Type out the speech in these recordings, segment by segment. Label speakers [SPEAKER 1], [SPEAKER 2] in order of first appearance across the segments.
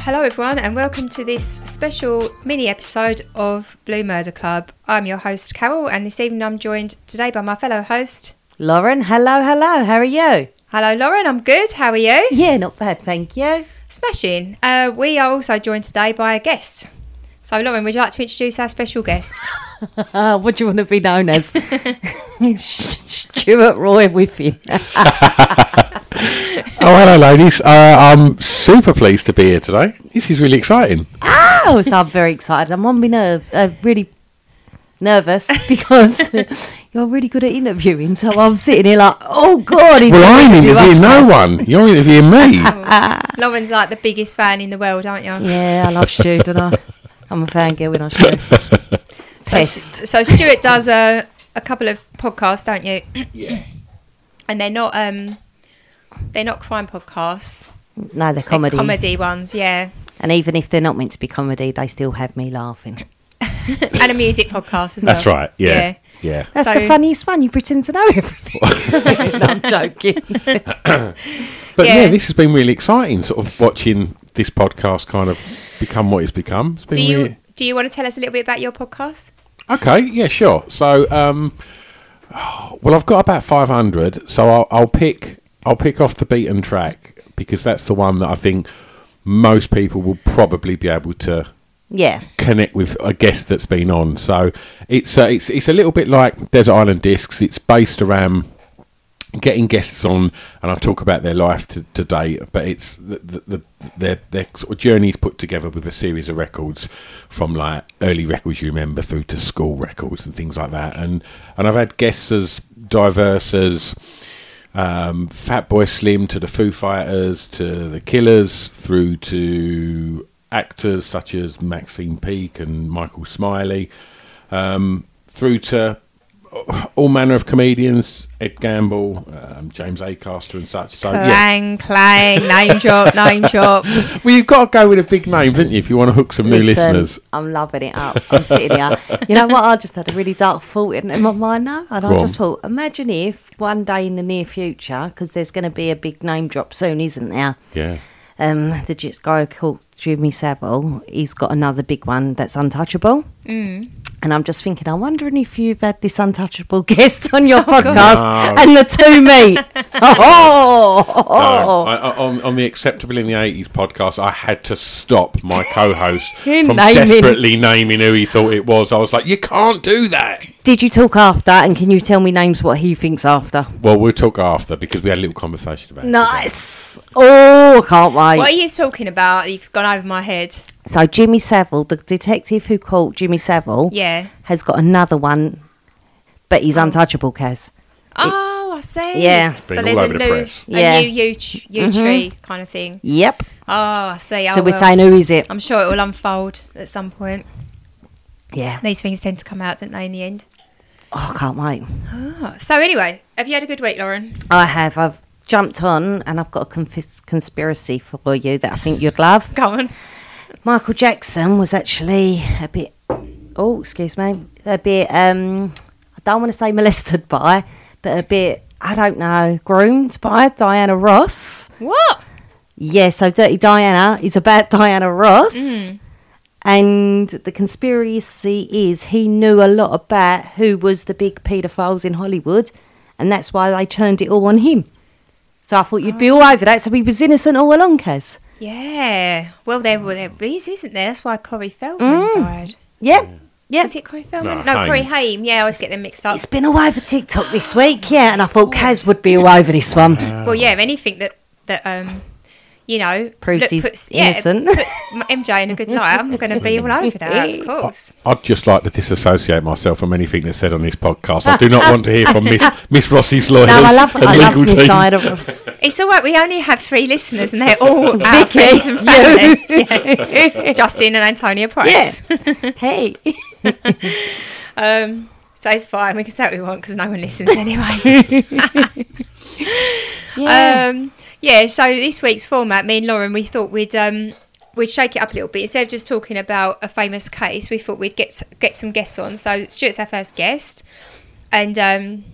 [SPEAKER 1] Hello, everyone, and welcome to this special mini episode of Blue Murder Club. I'm your host, Carol, and this evening I'm joined today by my fellow host.
[SPEAKER 2] Lauren, hello, hello. How are you?
[SPEAKER 1] Hello, Lauren, I'm good. How are you?
[SPEAKER 2] Yeah, not bad, thank you.
[SPEAKER 1] Smashing. Uh, we are also joined today by a guest. So, Lauren, would you like to introduce our special guest?
[SPEAKER 2] Ah, what do you want to be known as? Stuart Roy Whiffin.
[SPEAKER 3] Oh, hello, ladies. Uh, I'm super pleased to be here today. This is really exciting.
[SPEAKER 2] oh, so I'm very excited. I'm on my nerve, uh, really nervous because you're really good at interviewing. So I'm sitting here like, oh god, he's
[SPEAKER 3] Well,
[SPEAKER 2] gonna
[SPEAKER 3] I'm
[SPEAKER 2] interview us
[SPEAKER 3] interviewing no
[SPEAKER 2] now.
[SPEAKER 3] one. You're interviewing me.
[SPEAKER 1] Lauren's like the biggest fan in the world, aren't you?
[SPEAKER 2] Yeah, I love Stu, don't I? I'm a fangirl when I Stu. Test.
[SPEAKER 1] So, Stuart does a, a couple of podcasts, don't you? Yeah. and they're not um, they're not crime podcasts.
[SPEAKER 2] No, they're comedy.
[SPEAKER 1] They're comedy ones, yeah.
[SPEAKER 2] And even if they're not meant to be comedy, they still have me laughing.
[SPEAKER 1] and a music podcast as well.
[SPEAKER 3] That's right. Yeah. Yeah.
[SPEAKER 2] That's
[SPEAKER 1] So-
[SPEAKER 2] the funniest one. You pretend to know everything. no, I'm joking.
[SPEAKER 3] But yeah.
[SPEAKER 1] Yeah.
[SPEAKER 3] this has been really exciting, sort of watching this podcast kind of become what it's become. It's been
[SPEAKER 1] Do you
[SPEAKER 3] really...
[SPEAKER 1] do you want to tell us a little bit about your podcast?
[SPEAKER 3] Okay, yeah, sure. So, um, well, I've got about five hundred, so I'll, I'll pick I'll pick off the beaten track because that's the one that I think most people will probably be able to
[SPEAKER 2] Yeah.
[SPEAKER 3] connect with a guest that's been on. So it's uh, it's it's a little bit like Desert Island Discs. It's based around getting guests on, and I talk about their life to, to date. But it's the, the, the their their sort of journeys put together with a series of records from like early records you remember through to school records and things like that. And and I've had guests as diverse as. Um, Fat Boy Slim to the Foo Fighters to the Killers through to actors such as Maxine Peake and Michael Smiley, um, through to all manner of comedians, Ed Gamble, um, James Acaster, and such. So, Oh, yeah.
[SPEAKER 1] Clang, clang, name drop, name drop.
[SPEAKER 3] Well, you've got to go with a big name, haven't you, if you want to hook some new
[SPEAKER 2] Listen,
[SPEAKER 3] listeners?
[SPEAKER 2] I'm loving it up. I'm sitting here. You know what? I just had a really dark thought in, in my mind now. And
[SPEAKER 3] Go
[SPEAKER 2] I
[SPEAKER 3] on.
[SPEAKER 2] just thought, imagine if one day in the near future, because there's going to be a big name drop soon, isn't there?
[SPEAKER 3] Yeah.
[SPEAKER 2] Um, the j- guy called Jimmy Savile, he's got another big one that's untouchable. Mm. And I'm just thinking, I'm wondering if you've had this untouchable guest on your podcast and the two meet.
[SPEAKER 3] No,
[SPEAKER 2] oh,
[SPEAKER 3] I, I, on, on the Acceptable in the 80s podcast, I had to stop my co host
[SPEAKER 2] You're
[SPEAKER 3] from
[SPEAKER 2] naming-
[SPEAKER 3] desperately naming who he thought it was. I was like, you can't do that.
[SPEAKER 2] Did you talk after? And can you tell me names what he thinks after?
[SPEAKER 3] Well, we'll talk after because we had a little conversation about it.
[SPEAKER 2] Nice. Oh, can't wait.
[SPEAKER 1] What are you talking about? You've gone over my head.
[SPEAKER 2] So Jimmy Savile, the detective who caught Jimmy Savile,
[SPEAKER 1] Yeah.
[SPEAKER 2] has got another one, but he's untouchable, Kaz.
[SPEAKER 1] Oh, I see.
[SPEAKER 2] Yeah. It's
[SPEAKER 3] been all over the
[SPEAKER 1] new,
[SPEAKER 3] press.
[SPEAKER 1] a
[SPEAKER 2] Yeah.
[SPEAKER 1] new yew, tr- yew tree kind of thing.
[SPEAKER 2] Yep.
[SPEAKER 1] Oh, I see.
[SPEAKER 2] So
[SPEAKER 1] Oh,
[SPEAKER 2] we're
[SPEAKER 1] well.
[SPEAKER 2] saying who is it?
[SPEAKER 1] I'm sure it will unfold at some point.
[SPEAKER 2] Yeah.
[SPEAKER 1] These things tend to come out, don't they, in the end?
[SPEAKER 2] Oh, I can't wait.
[SPEAKER 1] Oh, so anyway, have you had a good week, Lauren?
[SPEAKER 2] I have. I've jumped on and I've got a confis conspiracy for you that I think you'd love.
[SPEAKER 1] Go on.
[SPEAKER 2] Michael Jackson was actually a bit. Oh, excuse me. A bit. Um, don't want to say molested by, but a bit, I don't know, groomed by Diana Ross.
[SPEAKER 1] What?
[SPEAKER 2] Yeah, so Dirty Diana is about Diana Ross.
[SPEAKER 3] Mm.
[SPEAKER 2] And the conspiracy is he knew a lot about who was the big paedophiles in Hollywood, and that's why they turned it all on him. So I thought you'd be all over that. So he was innocent all along, Kaz.
[SPEAKER 1] Yeah. Well, there were there bees, isn't there? That's why Corey Feldman
[SPEAKER 2] Mm.
[SPEAKER 1] died.
[SPEAKER 2] Yep. Yep.
[SPEAKER 1] Was it Corey Feldman?
[SPEAKER 3] No,
[SPEAKER 1] No,
[SPEAKER 3] Haim.
[SPEAKER 1] Corey Haim. Yeah, I always get them mixed up.
[SPEAKER 2] It's been all over TikTok this week, yeah, and I thought Kaz would be all over this one.
[SPEAKER 3] Uh, Oh.
[SPEAKER 1] Well, yeah, anything that that um, you know, look,
[SPEAKER 2] Proves he's
[SPEAKER 1] yeah,
[SPEAKER 2] innocent.
[SPEAKER 1] puts m- MJ in a good light. I'm going to be all over that, of course.
[SPEAKER 3] I'd just like to disassociate myself from anything that's said on this podcast. I do not want to hear from Miss Miss Rossi's lawyers
[SPEAKER 2] No, I love,
[SPEAKER 3] and
[SPEAKER 2] I love
[SPEAKER 3] legal
[SPEAKER 2] Miss
[SPEAKER 3] team.
[SPEAKER 2] Diana Ross.
[SPEAKER 1] It's all right. We only have three listeners, and they're all our friends and family. Yeah. Justin and Antonia Price.
[SPEAKER 2] Hey.
[SPEAKER 1] Um, so it's fine. We can say what we want because no one listens anyway.
[SPEAKER 2] Yeah.
[SPEAKER 1] um, yeah. So this week's format, me and Lauren, we thought we'd um, we'd shake it up a little bit. Instead of just talking about a famous case, we thought we'd get s- get some guests on. So Stuart's our first guest, and um,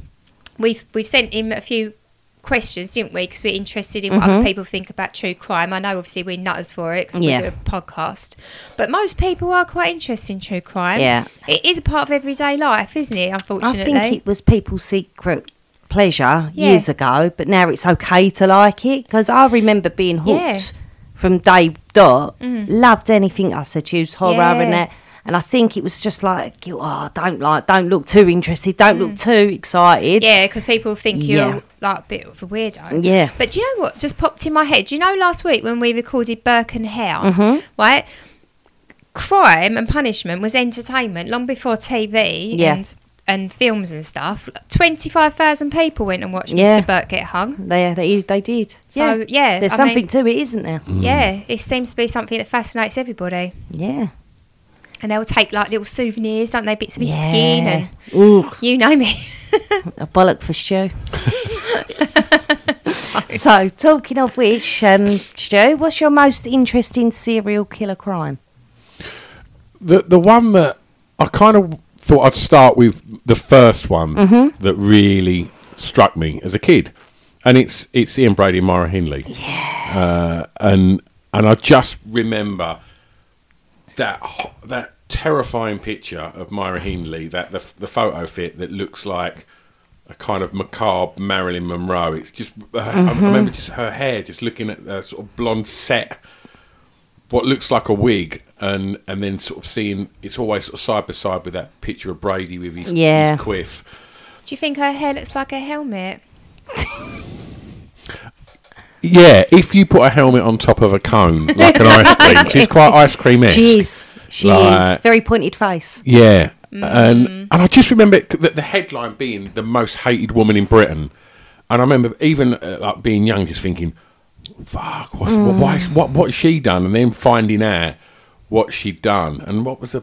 [SPEAKER 1] we've we've sent him a few questions, didn't we? Because we're interested in what other people think about true crime. I know, obviously, we're nutters for it because
[SPEAKER 2] Mm-hmm. Yeah.
[SPEAKER 1] we do a podcast, but most people are quite interested in true crime.
[SPEAKER 2] Yeah.
[SPEAKER 1] it is a part of everyday life, isn't it?
[SPEAKER 2] I
[SPEAKER 1] Unfortunately,
[SPEAKER 2] think it was people's secret pleasure
[SPEAKER 1] Yeah.
[SPEAKER 2] years ago, but now it's okay to like it because I remember being hooked
[SPEAKER 1] Yeah. Mm.
[SPEAKER 2] from day dot. Loved anything I said, use horror
[SPEAKER 1] Yeah.
[SPEAKER 2] and that. And I think it was just like, you- oh, don't like, don't look too interested, don't look too excited.
[SPEAKER 1] Mm. Yeah, because people think you're
[SPEAKER 2] Yeah.
[SPEAKER 1] like a bit of a weirdo.
[SPEAKER 2] Yeah.
[SPEAKER 1] But do you know what just popped in my head? Do you know last week when we recorded Burke and Hare,
[SPEAKER 2] Mm-hmm.
[SPEAKER 1] right? Crime and punishment was entertainment long before TV
[SPEAKER 2] Yeah.
[SPEAKER 1] and and films and stuff. Twenty five thousand people went and watched
[SPEAKER 2] Yeah.
[SPEAKER 1] Mr. Burke get hung.
[SPEAKER 2] They, they, they did.
[SPEAKER 1] So, yeah,
[SPEAKER 2] There's
[SPEAKER 1] I
[SPEAKER 2] something
[SPEAKER 1] mean-
[SPEAKER 2] to it, isn't there?
[SPEAKER 1] Yeah, it seems to be something that fascinates everybody.
[SPEAKER 2] Yeah.
[SPEAKER 1] And they'll take like little souvenirs, don't they? Bits of his
[SPEAKER 2] yeah.
[SPEAKER 1] skin and
[SPEAKER 2] Ooh,
[SPEAKER 1] you know me.
[SPEAKER 2] a bollock for Stu. so, talking of which, um, Stu, what's your most interesting serial killer crime?
[SPEAKER 3] The the one that I kind of thought I'd start with the first one
[SPEAKER 2] Mm-hmm.
[SPEAKER 3] that really struck me as a kid, and it's it's Ian Brady and Myra Hindley. Yeah. Uh, and and I just remember that ho- that terrifying picture of Myra Hindley, that the the photo fit that looks like a kind of macabre Marilyn Monroe. It's just uh, I remember just her hair, just looking at the sort of blonde set what looks like a wig and and then sort of seeing it's always sort of side by side with that picture of Brady with his,
[SPEAKER 2] Yeah.
[SPEAKER 3] his quiff.
[SPEAKER 1] Do you think her hair looks like a helmet?
[SPEAKER 3] Yeah, if you put a helmet on top of a cone like an ice cream, she's quite ice cream esque.
[SPEAKER 2] She is. She
[SPEAKER 3] Like-
[SPEAKER 2] is. Very pointed face.
[SPEAKER 3] Yeah,
[SPEAKER 2] Mm.
[SPEAKER 3] and and I just remember c- that the headline being the most hated woman in Britain, and I remember even uh, like being young, just thinking, "Fuck, what's, what, why is, what what's she done?" And then finding out what she'd done and what was the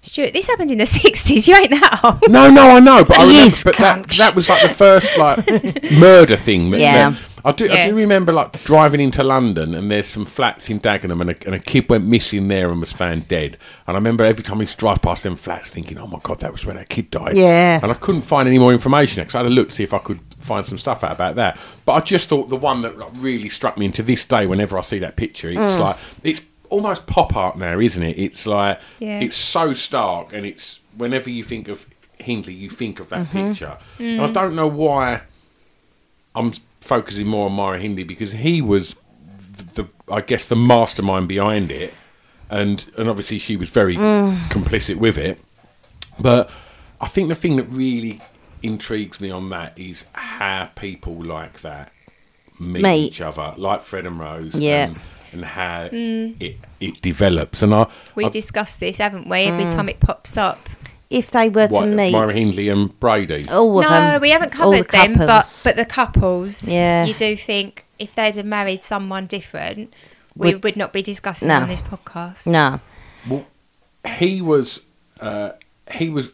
[SPEAKER 1] Stuart, this happened in the sixties, you ain't that old.
[SPEAKER 3] No, no, I know, but I remember,
[SPEAKER 2] Yes,
[SPEAKER 3] but that,
[SPEAKER 2] cunt.
[SPEAKER 3] that was like the first like murder thing. That,
[SPEAKER 2] Yeah.
[SPEAKER 3] that- I do. I
[SPEAKER 1] Yeah.
[SPEAKER 3] do remember like driving into London, and there's some flats in Dagenham, and a, and a kid went missing there and was found dead. And I remember every time we used to drive past them flats, thinking, "Oh my god, that was where that kid died."
[SPEAKER 2] Yeah.
[SPEAKER 3] And I couldn't find any more information because I had a look to see if I could find some stuff out about that. But I just thought the one that like, really struck me, and to this day, whenever I see that picture, it's like it's almost pop art now, isn't it? It's like
[SPEAKER 1] Yeah.
[SPEAKER 3] it's so stark and it's whenever you think of Hindley you think of that picture and I don't know why I'm focusing more on Myra Hindley because he was the, the I guess the mastermind behind it and and obviously she was very
[SPEAKER 2] Mm.
[SPEAKER 3] complicit with it but I think the thing that really intrigues me on that is how people like that meet,
[SPEAKER 2] Mate.
[SPEAKER 3] each other like Fred and Rose
[SPEAKER 2] Yeah. Mm.
[SPEAKER 3] and, and how it it develops and I
[SPEAKER 1] We
[SPEAKER 3] I-
[SPEAKER 1] discuss this, haven't we? Every
[SPEAKER 2] Mm.
[SPEAKER 1] time it pops up.
[SPEAKER 2] If they were to
[SPEAKER 3] What,
[SPEAKER 2] meet
[SPEAKER 3] Myra Hindley and Brady.
[SPEAKER 2] all of
[SPEAKER 1] no,
[SPEAKER 2] them,
[SPEAKER 1] we haven't
[SPEAKER 2] all the
[SPEAKER 1] covered them, but
[SPEAKER 2] couples,
[SPEAKER 1] but the couples.
[SPEAKER 2] Yeah.
[SPEAKER 1] You do think if they'd have married someone different, we
[SPEAKER 2] Would-
[SPEAKER 1] would not be discussing
[SPEAKER 2] No.
[SPEAKER 1] on this podcast.
[SPEAKER 2] no,
[SPEAKER 3] He was, uh, he was,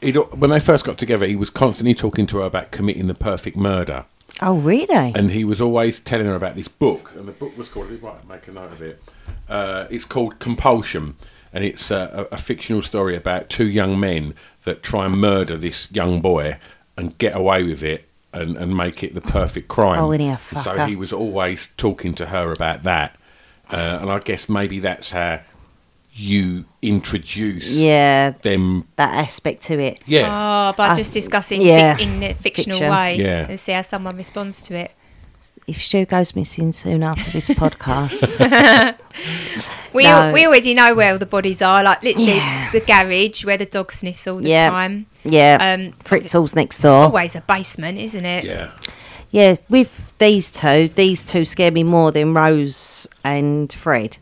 [SPEAKER 3] he'd, when they first got together, he was constantly talking to her about committing the perfect murder,
[SPEAKER 2] oh really?
[SPEAKER 3] and he was always telling her about this book, and the book was called. Right, make a note of it. Uh, it's called Compulsion, and it's a, a, a fictional story about two young men that try and murder this young boy and get away with it and, and make it the perfect crime.
[SPEAKER 2] Oh, isn't he a
[SPEAKER 3] so
[SPEAKER 2] fucker?
[SPEAKER 3] he was always talking to her about that, uh, and I guess maybe that's how you introduce
[SPEAKER 2] Yeah, Uh,
[SPEAKER 3] them.
[SPEAKER 2] that aspect to it.
[SPEAKER 3] Yeah,
[SPEAKER 1] Oh, by
[SPEAKER 2] I-
[SPEAKER 1] just discussing
[SPEAKER 2] yeah.
[SPEAKER 1] fic- in a fictional
[SPEAKER 2] Fiction.
[SPEAKER 1] way
[SPEAKER 3] Yeah.
[SPEAKER 1] and see how someone responds to it.
[SPEAKER 2] If Stu goes missing soon after this podcast,
[SPEAKER 1] We,
[SPEAKER 2] No.
[SPEAKER 1] we already know where all the bodies are, like literally
[SPEAKER 2] Yeah.
[SPEAKER 1] the garage where the dog sniffs all the
[SPEAKER 2] Yeah.
[SPEAKER 1] time.
[SPEAKER 2] yeah,
[SPEAKER 1] Um,
[SPEAKER 2] Fritzl's next
[SPEAKER 1] It's
[SPEAKER 2] door.
[SPEAKER 1] always a basement, isn't it?
[SPEAKER 3] yeah.
[SPEAKER 2] Yeah, with these two, these two scare me more than Rose and Fred.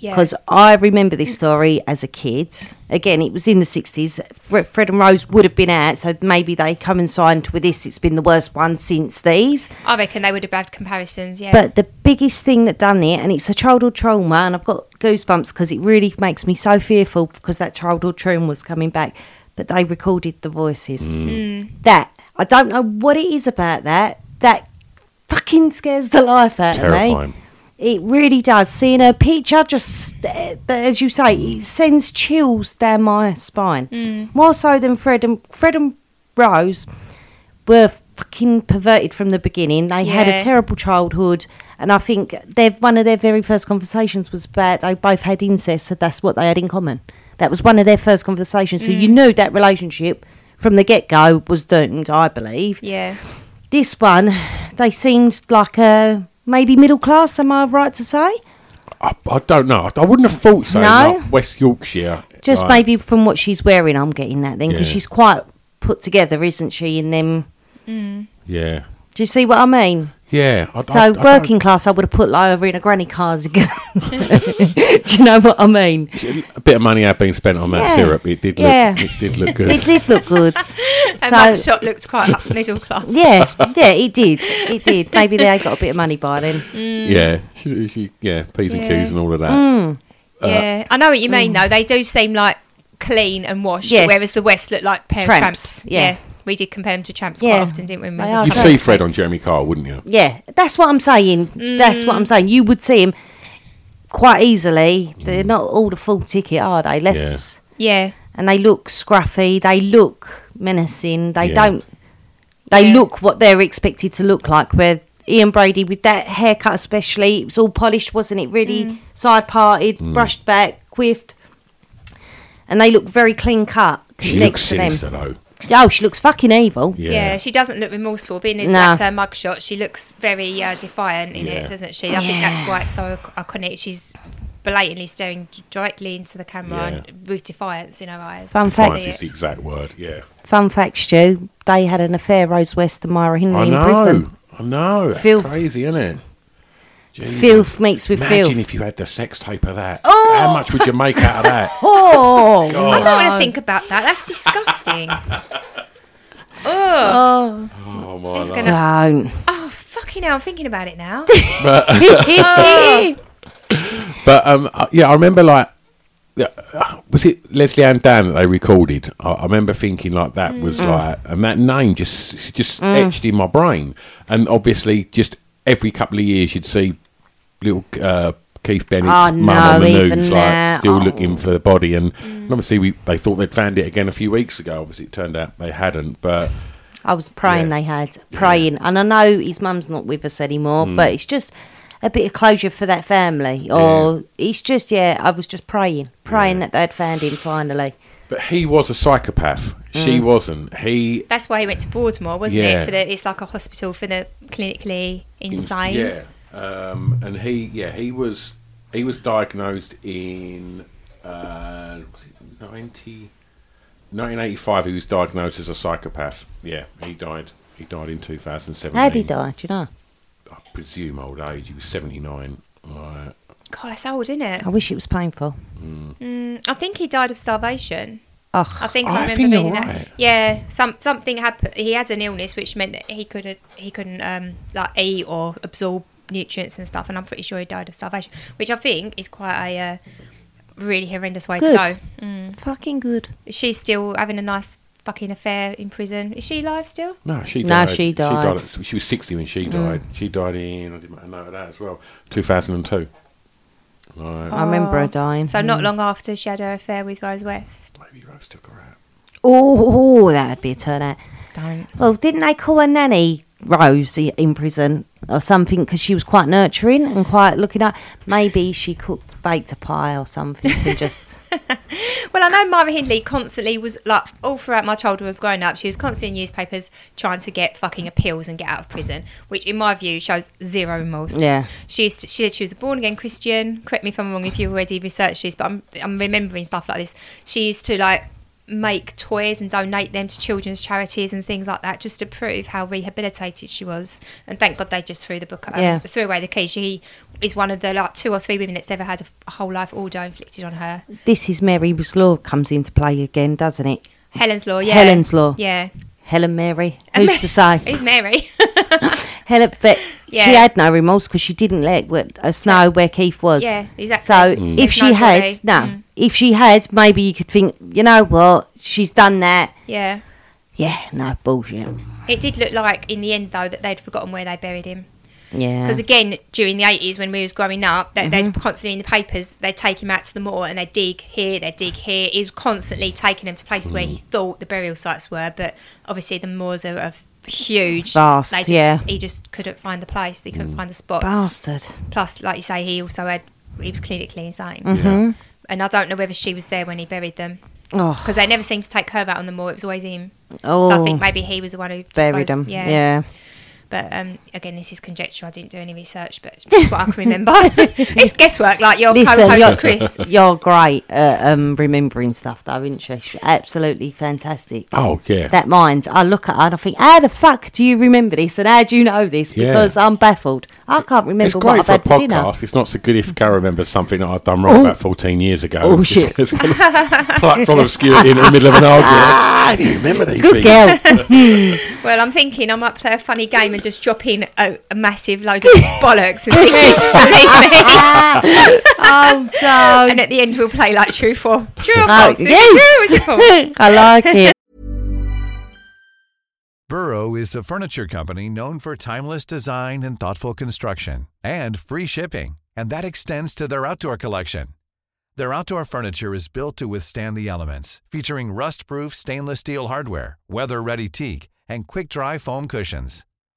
[SPEAKER 1] Yeah.
[SPEAKER 2] Because I remember this story as a kid. Again, it was in the 60s. Fre- Fred and Rose would have been out, so maybe they coincided with this. It's been the worst one since these.
[SPEAKER 1] I reckon they would have had comparisons, yeah.
[SPEAKER 2] But the biggest thing that done it, and it's a childhood trauma, and I've got goosebumps because it really makes me so fearful because that childhood trauma was coming back. But they recorded the voices.
[SPEAKER 1] Mm.
[SPEAKER 2] That I don't know what it is about that. That fucking scares the life out of
[SPEAKER 3] Terrifying.
[SPEAKER 2] me. It really does. Seeing her picture, just uh, as you say, it sends chills down my spine.
[SPEAKER 1] Mm.
[SPEAKER 2] More so than Fred and Fred and Rose were fucking perverted from the beginning. They had a
[SPEAKER 1] Yeah.
[SPEAKER 2] terrible childhood, and I think their one of their very first conversations was about they both had incest, so that's what they had in common. That was one of their first conversations. So you
[SPEAKER 1] Mm.
[SPEAKER 2] knew that relationship from the get go was doomed, I believe.
[SPEAKER 1] yeah.
[SPEAKER 2] This one, they seemed like a maybe middle class. Am I right to say?
[SPEAKER 3] I, I don't know. I, I wouldn't have thought so.
[SPEAKER 2] No?
[SPEAKER 3] like West Yorkshire.
[SPEAKER 2] Just
[SPEAKER 3] like-
[SPEAKER 2] maybe from what she's wearing, I'm getting that then because
[SPEAKER 3] Yeah.
[SPEAKER 2] she's quite put together, isn't she? In them,
[SPEAKER 3] Yeah.
[SPEAKER 2] do you see what I mean?
[SPEAKER 3] Yeah. I,
[SPEAKER 2] So working class, I would have put lower in a granny cardigan. Do you know what I mean?
[SPEAKER 3] a bit of money had been spent on that
[SPEAKER 2] Yeah.
[SPEAKER 3] syrup. It did
[SPEAKER 2] Yeah.
[SPEAKER 3] look. It did look
[SPEAKER 2] It
[SPEAKER 3] good.
[SPEAKER 2] did look good.
[SPEAKER 1] And that
[SPEAKER 2] so
[SPEAKER 1] shot looked quite up- middle class.
[SPEAKER 2] yeah, yeah, it did. It did. Maybe they got a bit of money by then.
[SPEAKER 3] yeah. She, she, yeah. P's and
[SPEAKER 1] Yeah.
[SPEAKER 3] Q's and all of that.
[SPEAKER 2] Mm, Uh,
[SPEAKER 1] yeah. I know what you mean, though. They do seem like clean and washed,
[SPEAKER 2] Yes.
[SPEAKER 1] whereas the West looked like a pair of
[SPEAKER 2] Tramps,
[SPEAKER 1] tramps.
[SPEAKER 2] yeah.
[SPEAKER 1] We did compare them to tramps
[SPEAKER 2] Yeah.
[SPEAKER 1] quite often, didn't we? when we
[SPEAKER 2] They
[SPEAKER 1] was
[SPEAKER 2] are
[SPEAKER 3] You'd
[SPEAKER 2] Okay.
[SPEAKER 3] see
[SPEAKER 1] kids?
[SPEAKER 3] Fred on Jeremy Carl, wouldn't you?
[SPEAKER 2] Yeah, that's what I'm saying. That's what I'm saying. You would see him quite easily.
[SPEAKER 3] Mm.
[SPEAKER 2] They're not all the full ticket, are they? Less,
[SPEAKER 1] Yeah.
[SPEAKER 2] and they look scruffy. They look menacing. They
[SPEAKER 3] Yeah.
[SPEAKER 2] don't. They
[SPEAKER 1] Yeah.
[SPEAKER 2] look what they're expected to look like. Where Ian Brady with that haircut, especially, it was all polished, wasn't it? Really side parted,
[SPEAKER 3] Mm.
[SPEAKER 2] brushed back, quiffed, and they look very clean cut.
[SPEAKER 3] She looks
[SPEAKER 2] next to
[SPEAKER 3] sinister
[SPEAKER 2] them.
[SPEAKER 3] though.
[SPEAKER 2] Oh, she looks fucking evil.
[SPEAKER 3] Yeah.
[SPEAKER 1] Yeah. she doesn't look remorseful. Being as
[SPEAKER 2] No.
[SPEAKER 1] that's her mugshot, she looks very uh, defiant in
[SPEAKER 3] Yeah.
[SPEAKER 1] it, doesn't she? I think that's why it's so ic- iconic. She's blatantly staring d- directly into the camera
[SPEAKER 3] Yeah.
[SPEAKER 1] and with defiance in her eyes.
[SPEAKER 2] Fun
[SPEAKER 1] I
[SPEAKER 2] fact-
[SPEAKER 3] Defiance
[SPEAKER 1] see
[SPEAKER 3] is the
[SPEAKER 1] it.
[SPEAKER 3] exact word. Yeah.
[SPEAKER 2] Fun fact, Stu. They had an affair, Rose West and Myra Hindley
[SPEAKER 3] I
[SPEAKER 2] in
[SPEAKER 3] know.
[SPEAKER 2] prison.
[SPEAKER 3] I know. That's
[SPEAKER 2] Filth.
[SPEAKER 3] crazy, isn't it? Jesus.
[SPEAKER 2] Filth meets with
[SPEAKER 3] Imagine
[SPEAKER 2] filth.
[SPEAKER 3] if you had the sex tape of that. How much would you make out of that?
[SPEAKER 2] Oh,
[SPEAKER 1] I don't want to think about that. That's disgusting. oh,
[SPEAKER 2] Oh,
[SPEAKER 3] Oh my
[SPEAKER 1] Think
[SPEAKER 3] lord.
[SPEAKER 2] don't.
[SPEAKER 1] fucking hell! I'm thinking about it now.
[SPEAKER 3] But um, uh, yeah, I remember like, yeah, uh, was it Leslie Ann Dan that they recorded? I, I remember thinking like that
[SPEAKER 2] Mm.
[SPEAKER 3] was like, and that name just just etched in my brain. And obviously, just every couple of years, you'd see little uh, Keith Bennett's
[SPEAKER 2] Oh,
[SPEAKER 3] mum on
[SPEAKER 2] no,
[SPEAKER 3] the
[SPEAKER 2] even
[SPEAKER 3] news, like
[SPEAKER 2] now.
[SPEAKER 3] still
[SPEAKER 2] Oh. Mm.
[SPEAKER 3] looking for the body. And and obviously, we they thought they'd found it again a few weeks ago. Obviously, it turned out they hadn't. But
[SPEAKER 2] I was praying
[SPEAKER 3] Yeah. Mm.
[SPEAKER 2] they had praying, and I know his mum's not with us anymore, but it's just a bit of closure for that family. Or it's just yeah, I was just praying, praying that they'd found him finally.
[SPEAKER 3] but he was a psychopath. She
[SPEAKER 2] Mm.
[SPEAKER 3] wasn't. He
[SPEAKER 1] That's why he went to Broadmoor, wasn't
[SPEAKER 3] Yeah.
[SPEAKER 1] it? For the it's like a hospital for the clinically insane.
[SPEAKER 3] Yeah, um, and he yeah he was he was diagnosed in uh, was it 90, 1985 He was diagnosed as a psychopath. Yeah, he died. He died in two thousand seven.
[SPEAKER 2] How did he die? Do you know?
[SPEAKER 3] I presume old age. He was Uh, seventy nine. Right.
[SPEAKER 1] God, that's old, isn't it?
[SPEAKER 2] I wish it was painful.
[SPEAKER 1] Mm, I think he died of starvation. I
[SPEAKER 2] Oh,
[SPEAKER 1] think
[SPEAKER 3] I
[SPEAKER 1] I, remember
[SPEAKER 3] think you're
[SPEAKER 1] reading
[SPEAKER 3] right.
[SPEAKER 1] that. Yeah, some something happened. He had an illness which meant that he couldn't he couldn't um like eat or absorb nutrients and stuff. And I'm pretty sure he died of starvation, which I think is quite a uh, really horrendous way
[SPEAKER 2] Good.
[SPEAKER 1] to go. Mm.
[SPEAKER 2] fucking good.
[SPEAKER 1] She's still having a nice fucking affair in prison. Is she alive still?
[SPEAKER 3] No, she
[SPEAKER 2] No,
[SPEAKER 3] died.
[SPEAKER 2] she
[SPEAKER 3] She,
[SPEAKER 2] died. Mm.
[SPEAKER 3] at- she was sixty when she died. She died in I didn't know that as well. Two thousand and two. Right.
[SPEAKER 2] I remember her dying.
[SPEAKER 1] Oh.
[SPEAKER 2] Mm.
[SPEAKER 1] So
[SPEAKER 3] Mm.
[SPEAKER 1] not long after she had her affair with Rose West.
[SPEAKER 3] Maybe Rose took her out.
[SPEAKER 2] Oh, that would be a turnout.
[SPEAKER 4] Don't.
[SPEAKER 2] Well, didn't they call her nanny Rose i- in prison or something because she was quite nurturing and quite looking up? Maybe she cooked, baked a pie or something and just.
[SPEAKER 1] Well, I know Myra Hindley constantly was like all throughout my childhood as growing up. She was constantly in newspapers trying to get fucking appeals and get out of prison, which in my view shows zero remorse.
[SPEAKER 2] Yeah.
[SPEAKER 1] she used to, she said she was a born again Christian. Correct me if I'm wrong if you've already researched this, but I'm I'm remembering stuff like this. She used to like make toys and donate them to children's charities and things like that just to prove how rehabilitated she was and thank god they just threw the book um,
[SPEAKER 2] Yeah.
[SPEAKER 1] threw away the key she is one of the like two or three women that's ever had a, a whole life order inflicted on her
[SPEAKER 2] This is Mary's Law comes into play again, doesn't it?
[SPEAKER 1] Helen's Law, yeah.
[SPEAKER 2] Helen's Law.
[SPEAKER 1] Yeah.
[SPEAKER 2] Helen Mary. Who's to say?
[SPEAKER 1] Who's Mary?
[SPEAKER 2] Helen, but
[SPEAKER 1] Yeah.
[SPEAKER 2] she had no remorse because she didn't let wh- us know where Keith was.
[SPEAKER 1] Yeah, exactly. Mm.
[SPEAKER 2] So if
[SPEAKER 1] There's
[SPEAKER 2] she
[SPEAKER 1] no
[SPEAKER 2] had,
[SPEAKER 1] body.
[SPEAKER 2] no,
[SPEAKER 1] Mm.
[SPEAKER 2] if she had, maybe you could think, you know what, she's done that.
[SPEAKER 1] yeah.
[SPEAKER 2] Yeah, no bullshit.
[SPEAKER 1] It did look like in the end though that they'd forgotten where they buried him.
[SPEAKER 2] Yeah, Mm-hmm.
[SPEAKER 1] Because again, during the eighties when we was growing up, they, they'd constantly in the papers they'd take him out to the moor and they'd dig here, they'd dig here. He was constantly taking him to places where he thought the burial sites were, but obviously the moors are, are huge.
[SPEAKER 2] Vast,
[SPEAKER 1] They just-
[SPEAKER 2] yeah.
[SPEAKER 1] He just couldn't find the place. They couldn't find the spot.
[SPEAKER 2] bastard.
[SPEAKER 1] Plus, like you say, he also had he was clinically insane.
[SPEAKER 2] Mm. Mm-hmm.
[SPEAKER 3] Yeah.
[SPEAKER 1] And I don't know whether she was there when he buried them.
[SPEAKER 2] Oh,
[SPEAKER 1] because they never seemed to take her out on the moor. It was always him.
[SPEAKER 2] oh
[SPEAKER 1] So I think maybe he was the one who
[SPEAKER 2] buried
[SPEAKER 1] disposed-
[SPEAKER 2] him. Yeah.
[SPEAKER 1] Yeah. But um, again, this is conjecture. I didn't do any research, but it's what I can remember. it's guesswork, like your
[SPEAKER 2] Listen,
[SPEAKER 1] co-host
[SPEAKER 2] you're,
[SPEAKER 1] Chris.
[SPEAKER 2] you're great at um, remembering stuff, though, isn't she? She's absolutely fantastic.
[SPEAKER 3] Oh yeah.
[SPEAKER 2] That mind, I look at her and I think, how the fuck do you remember this and how do you know this?
[SPEAKER 3] Yeah.
[SPEAKER 2] Because I'm baffled. I can't remember
[SPEAKER 3] it's
[SPEAKER 2] what
[SPEAKER 3] great
[SPEAKER 2] I've
[SPEAKER 3] for a
[SPEAKER 2] had for dinner.
[SPEAKER 3] podcast. It's not so good if Gary remembers something that I've done wrong about 14 years ago.
[SPEAKER 2] Oh,
[SPEAKER 3] It's
[SPEAKER 2] shit.
[SPEAKER 3] it's gonna pluck from obscurity in the middle of an argument. I do you remember these
[SPEAKER 2] Good
[SPEAKER 3] things?
[SPEAKER 2] girl.
[SPEAKER 1] Well, I'm thinking I might play a funny game and just drop in a, a massive load of bollocks and see who's believe me.
[SPEAKER 2] oh,
[SPEAKER 1] And
[SPEAKER 2] don't.
[SPEAKER 1] at the end, we'll play like true or true or
[SPEAKER 2] Oh,
[SPEAKER 1] false. Is it
[SPEAKER 2] yes.
[SPEAKER 1] True or is it false?
[SPEAKER 2] I like it.
[SPEAKER 5] Burrow is a furniture company known for timeless design and thoughtful construction and free shipping, and that extends to their outdoor collection. Their outdoor furniture is built to withstand the elements, featuring rust-proof stainless steel hardware, weather-ready teak, and quick-dry foam cushions.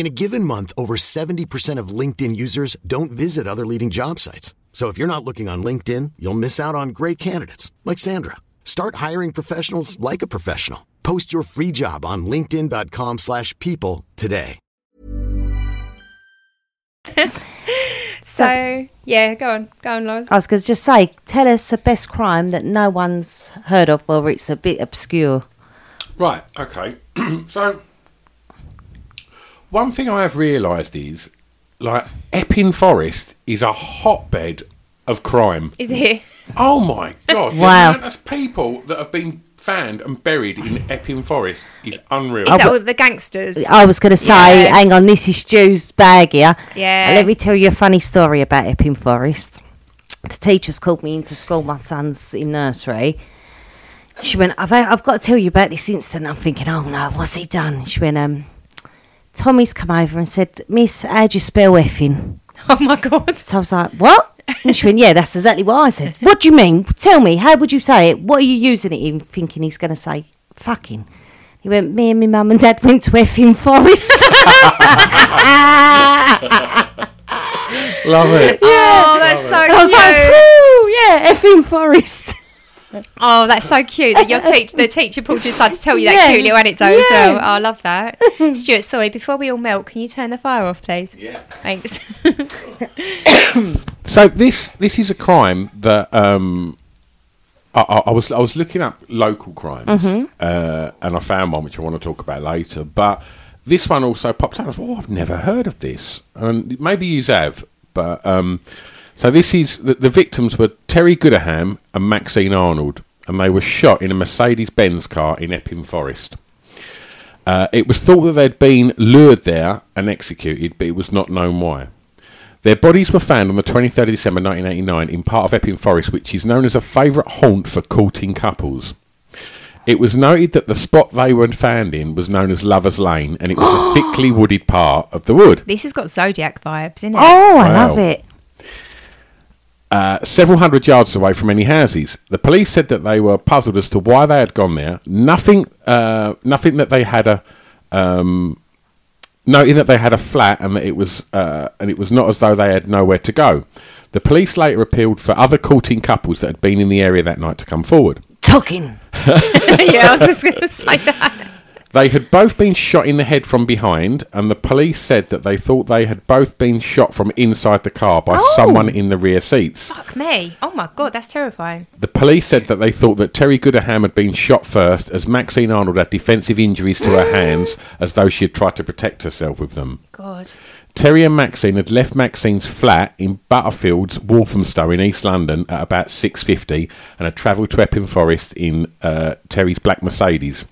[SPEAKER 6] In a given month, over 70% of LinkedIn users don't visit other leading job sites. So if you're not looking on LinkedIn, you'll miss out on great candidates like Sandra. Start hiring professionals like a professional. Post your free job on linkedin.com/people slash people today.
[SPEAKER 1] So yeah, go on, go on, Laura.
[SPEAKER 2] I was going to just say, tell us the best crime that no one's heard of or it's a bit obscure.
[SPEAKER 3] Right. Okay. so, one thing I have realised is, like, Epping Forest is a hotbed of crime.
[SPEAKER 1] Is it?
[SPEAKER 3] Oh my god!
[SPEAKER 2] Wow.
[SPEAKER 3] The amount of people that have been found and buried in Epping Forest is unreal.
[SPEAKER 1] Is that all the gangsters?
[SPEAKER 2] I was going to say,
[SPEAKER 1] Yeah.
[SPEAKER 2] hang on, this is Stu's bag here.
[SPEAKER 1] Yeah.
[SPEAKER 2] And let me tell you a funny story about Epping Forest. The teacher's called me into school, my son's in nursery. She went, I've, I've got to tell you about this incident. I'm thinking, oh no, what's he done? She went, um, Tommy's come over and said, Miss, how do you spell effing?
[SPEAKER 1] Oh my god!
[SPEAKER 2] So I was like, what? And she went, yeah, that's exactly what I said. What do you mean? Tell me, how would you say it? What are you using it in? Thinking he's going to say, fucking. He went, me and my mum and dad went to effing forest.
[SPEAKER 3] Love it.
[SPEAKER 1] Oh, that's so
[SPEAKER 2] And I was
[SPEAKER 1] cute.
[SPEAKER 2] like, woo, yeah, effing forest.
[SPEAKER 1] oh, that's so cute that your teacher, the teacher pulled your aside to tell you that
[SPEAKER 2] Yeah.
[SPEAKER 1] cute little anecdote as
[SPEAKER 2] Yeah.
[SPEAKER 1] well. Oh, I love that. Stuart, sorry, before we all melt, can you turn the fire off, please? Yeah. Thanks.
[SPEAKER 3] So this this is a crime that um, I, I, I was I was looking up local crimes, uh, and I found one which I want to talk about later. But this one also popped up. I thought, oh, I've never heard of this, and maybe you have. But um, so this is the, the victims were Terry Goodaham and Maxine Arnold, and they were shot in a Mercedes Benz car in Epping Forest. Uh, it was thought that they'd been lured there and executed, but it was not known why. Their bodies were found on the 23rd of December 1989 in part of Epping Forest, which is known as a favourite haunt for courting couples. It was noted that the spot they were found in was known as Lover's Lane, and it was a thickly wooded part of the wood.
[SPEAKER 1] this has got zodiac vibes, in it?
[SPEAKER 2] Oh, I
[SPEAKER 3] Wow.
[SPEAKER 2] love it.
[SPEAKER 3] uh, several hundred yards away from any houses. The police said that they were puzzled as to why they had gone there. Nothing, uh, nothing that they had a, um, noting that they had a flat and that it was, uh, and it was not as though they had nowhere to go. The police later appealed for other courting couples that had been in the area that night to come forward.
[SPEAKER 2] Talking.
[SPEAKER 1] yeah, I was just going to say that.
[SPEAKER 3] They had both been shot in the head from behind, and the police said that they thought they had both been shot from inside the car by someone in the rear seats.
[SPEAKER 1] Fuck me. Oh my god, that's terrifying.
[SPEAKER 3] The police said that they thought that Terry Goodaham had been shot first, as Maxine Arnold had defensive injuries to her hands, as though she had tried to protect herself with them.
[SPEAKER 1] God.
[SPEAKER 3] Terry and Maxine had left Maxine's flat in Butterfield's Walthamstow in East London at about 6.50 and had travelled to Epping Forest in uh, Terry's black Mercedes,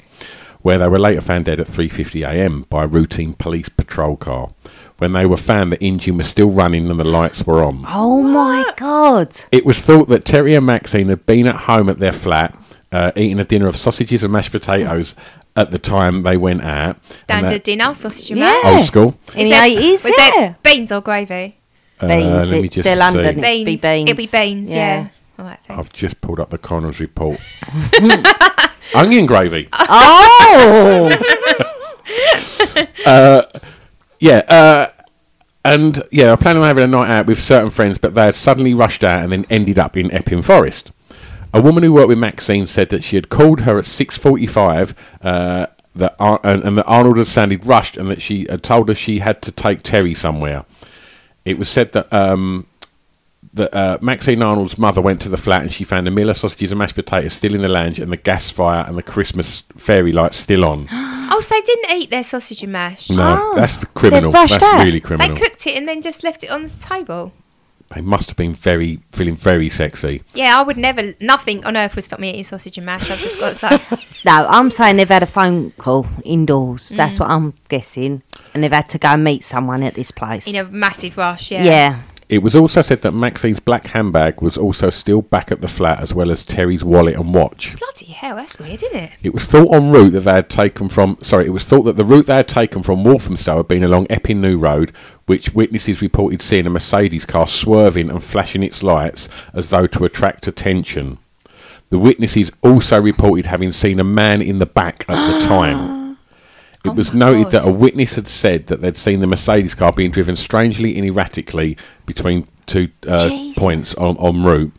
[SPEAKER 3] where they were later found dead at 3.50am by a routine police patrol car. When they were found, the engine was still running and the lights were on.
[SPEAKER 2] Oh my god.
[SPEAKER 3] It was thought that Terry and Maxine had been at home at their flat, uh, eating a dinner of sausages and mashed potatoes at the time they went out. and
[SPEAKER 1] Standard
[SPEAKER 3] that-
[SPEAKER 1] dinner, sausage and
[SPEAKER 2] Yeah.
[SPEAKER 1] mash.
[SPEAKER 3] Old school.
[SPEAKER 2] In the
[SPEAKER 1] there-
[SPEAKER 2] 80s,
[SPEAKER 1] was
[SPEAKER 2] yeah.
[SPEAKER 1] there beans or gravy?
[SPEAKER 3] Uh,
[SPEAKER 2] Beans.
[SPEAKER 3] let me
[SPEAKER 2] it-
[SPEAKER 3] just
[SPEAKER 2] they're London.
[SPEAKER 3] see.
[SPEAKER 2] It'd be
[SPEAKER 1] Beans.
[SPEAKER 2] beans.
[SPEAKER 1] It'd be beans, yeah. All right, thanks.
[SPEAKER 3] I've just pulled up the coroner's report. Onion gravy.
[SPEAKER 2] Oh.
[SPEAKER 3] Yeah. Uh, and yeah, I planned on having a night out with certain friends, but they had suddenly rushed out and then ended up in Epping Forest. A woman who worked with Maxine said that she had called her at six forty-five, uh, that Ar- and, and that Arnold had sounded rushed, and that she had told her she had to take Terry somewhere. It was said that um, that uh, Maxine Arnold's mother went to the flat and she found the Miller sausages and mashed potatoes still in the lounge, and the gas fire and the Christmas fairy lights still on.
[SPEAKER 1] Oh, so they didn't eat their sausage and mash.
[SPEAKER 3] No,
[SPEAKER 2] Oh,
[SPEAKER 3] that's criminal.
[SPEAKER 2] they've
[SPEAKER 3] That's
[SPEAKER 2] rushed out.
[SPEAKER 3] really
[SPEAKER 1] They
[SPEAKER 3] criminal.
[SPEAKER 1] cooked it and then just left it on the table.
[SPEAKER 3] they must have been very feeling very sexy.
[SPEAKER 1] Yeah, I would never. Nothing on earth would stop me eating sausage and mash. I've just got so.
[SPEAKER 2] no, I'm saying they've had a phone call indoors.
[SPEAKER 1] Mm.
[SPEAKER 2] That's what I'm guessing. And they've had to go and meet someone at this place.
[SPEAKER 1] in a massive rush. Yeah.
[SPEAKER 2] yeah.
[SPEAKER 3] It was also said that Maxine's black handbag was also still back at the flat, as well as Terry's wallet and watch.
[SPEAKER 1] Bloody hell, that's weird, isn't it?
[SPEAKER 3] It was thought en route that they had taken from sorry, it was thought that the route they had taken from Walthamstow had been along Epping New Road, which witnesses reported seeing a Mercedes car swerving and flashing its lights as though to attract attention. The witnesses also reported having seen a man in the back at the time. It was noted that a witness had said that they'd seen the Mercedes car being driven strangely and erratically between two uh, points on en route.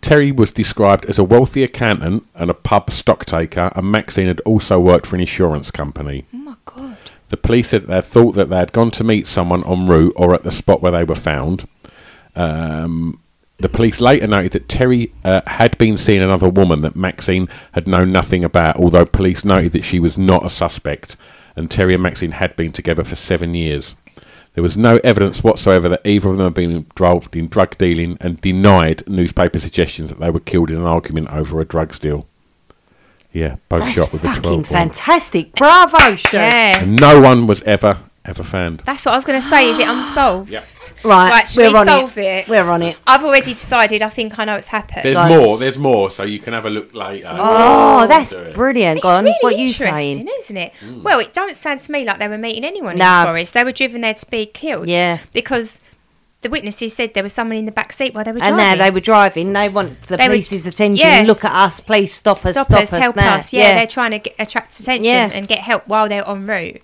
[SPEAKER 3] Terry was described as a wealthy accountant and a pub stocktaker, and Maxine had also worked for an insurance company.
[SPEAKER 1] Oh my god.
[SPEAKER 3] The police said they thought that they had gone to meet someone en route or at the spot where they were found. Um, the police later noted that Terry uh, had been seeing another woman that Maxine had known nothing about, although police noted that she was not a suspect, and Terry and Maxine had been together for seven years. There was no evidence whatsoever that either of them had been involved in drug dealing and denied newspaper suggestions that they were killed in an argument over a drugs deal. Yeah, both
[SPEAKER 2] That's
[SPEAKER 3] shot with a 12
[SPEAKER 2] fucking
[SPEAKER 3] ball.
[SPEAKER 2] fantastic. Bravo, Stu.
[SPEAKER 1] Yeah.
[SPEAKER 3] And no one was ever, ever found.
[SPEAKER 1] That's what I was going to say. Is it unsolved?
[SPEAKER 3] Yep.
[SPEAKER 2] Right,
[SPEAKER 1] Right, should
[SPEAKER 2] we're
[SPEAKER 1] we
[SPEAKER 2] on
[SPEAKER 1] solve
[SPEAKER 2] it.
[SPEAKER 1] it?
[SPEAKER 2] We're on it.
[SPEAKER 1] I've already decided. I think I know it's happened.
[SPEAKER 3] There's
[SPEAKER 2] Guys.
[SPEAKER 3] more. There's more. So you can have a look later.
[SPEAKER 2] Oh, that's
[SPEAKER 3] do it.
[SPEAKER 2] brilliant.
[SPEAKER 1] It's
[SPEAKER 2] Go on.
[SPEAKER 1] really
[SPEAKER 2] what you
[SPEAKER 1] interesting,
[SPEAKER 2] saying?
[SPEAKER 1] isn't it? Well, it don't sound to me like they were meeting anyone
[SPEAKER 2] No.
[SPEAKER 1] in the forest. They were driven there to be killed.
[SPEAKER 2] Yeah.
[SPEAKER 1] Because the witnesses said there was someone in the back seat while they were
[SPEAKER 2] And
[SPEAKER 1] driving.
[SPEAKER 2] now they were driving. They want the
[SPEAKER 1] They were-
[SPEAKER 2] police's attention.
[SPEAKER 1] yeah.
[SPEAKER 2] Look at us, please stop, us,
[SPEAKER 1] stop, us, help
[SPEAKER 2] now.
[SPEAKER 1] us. Yeah, they're trying to get, attract attention
[SPEAKER 2] Yeah.
[SPEAKER 1] and get help while they're en route.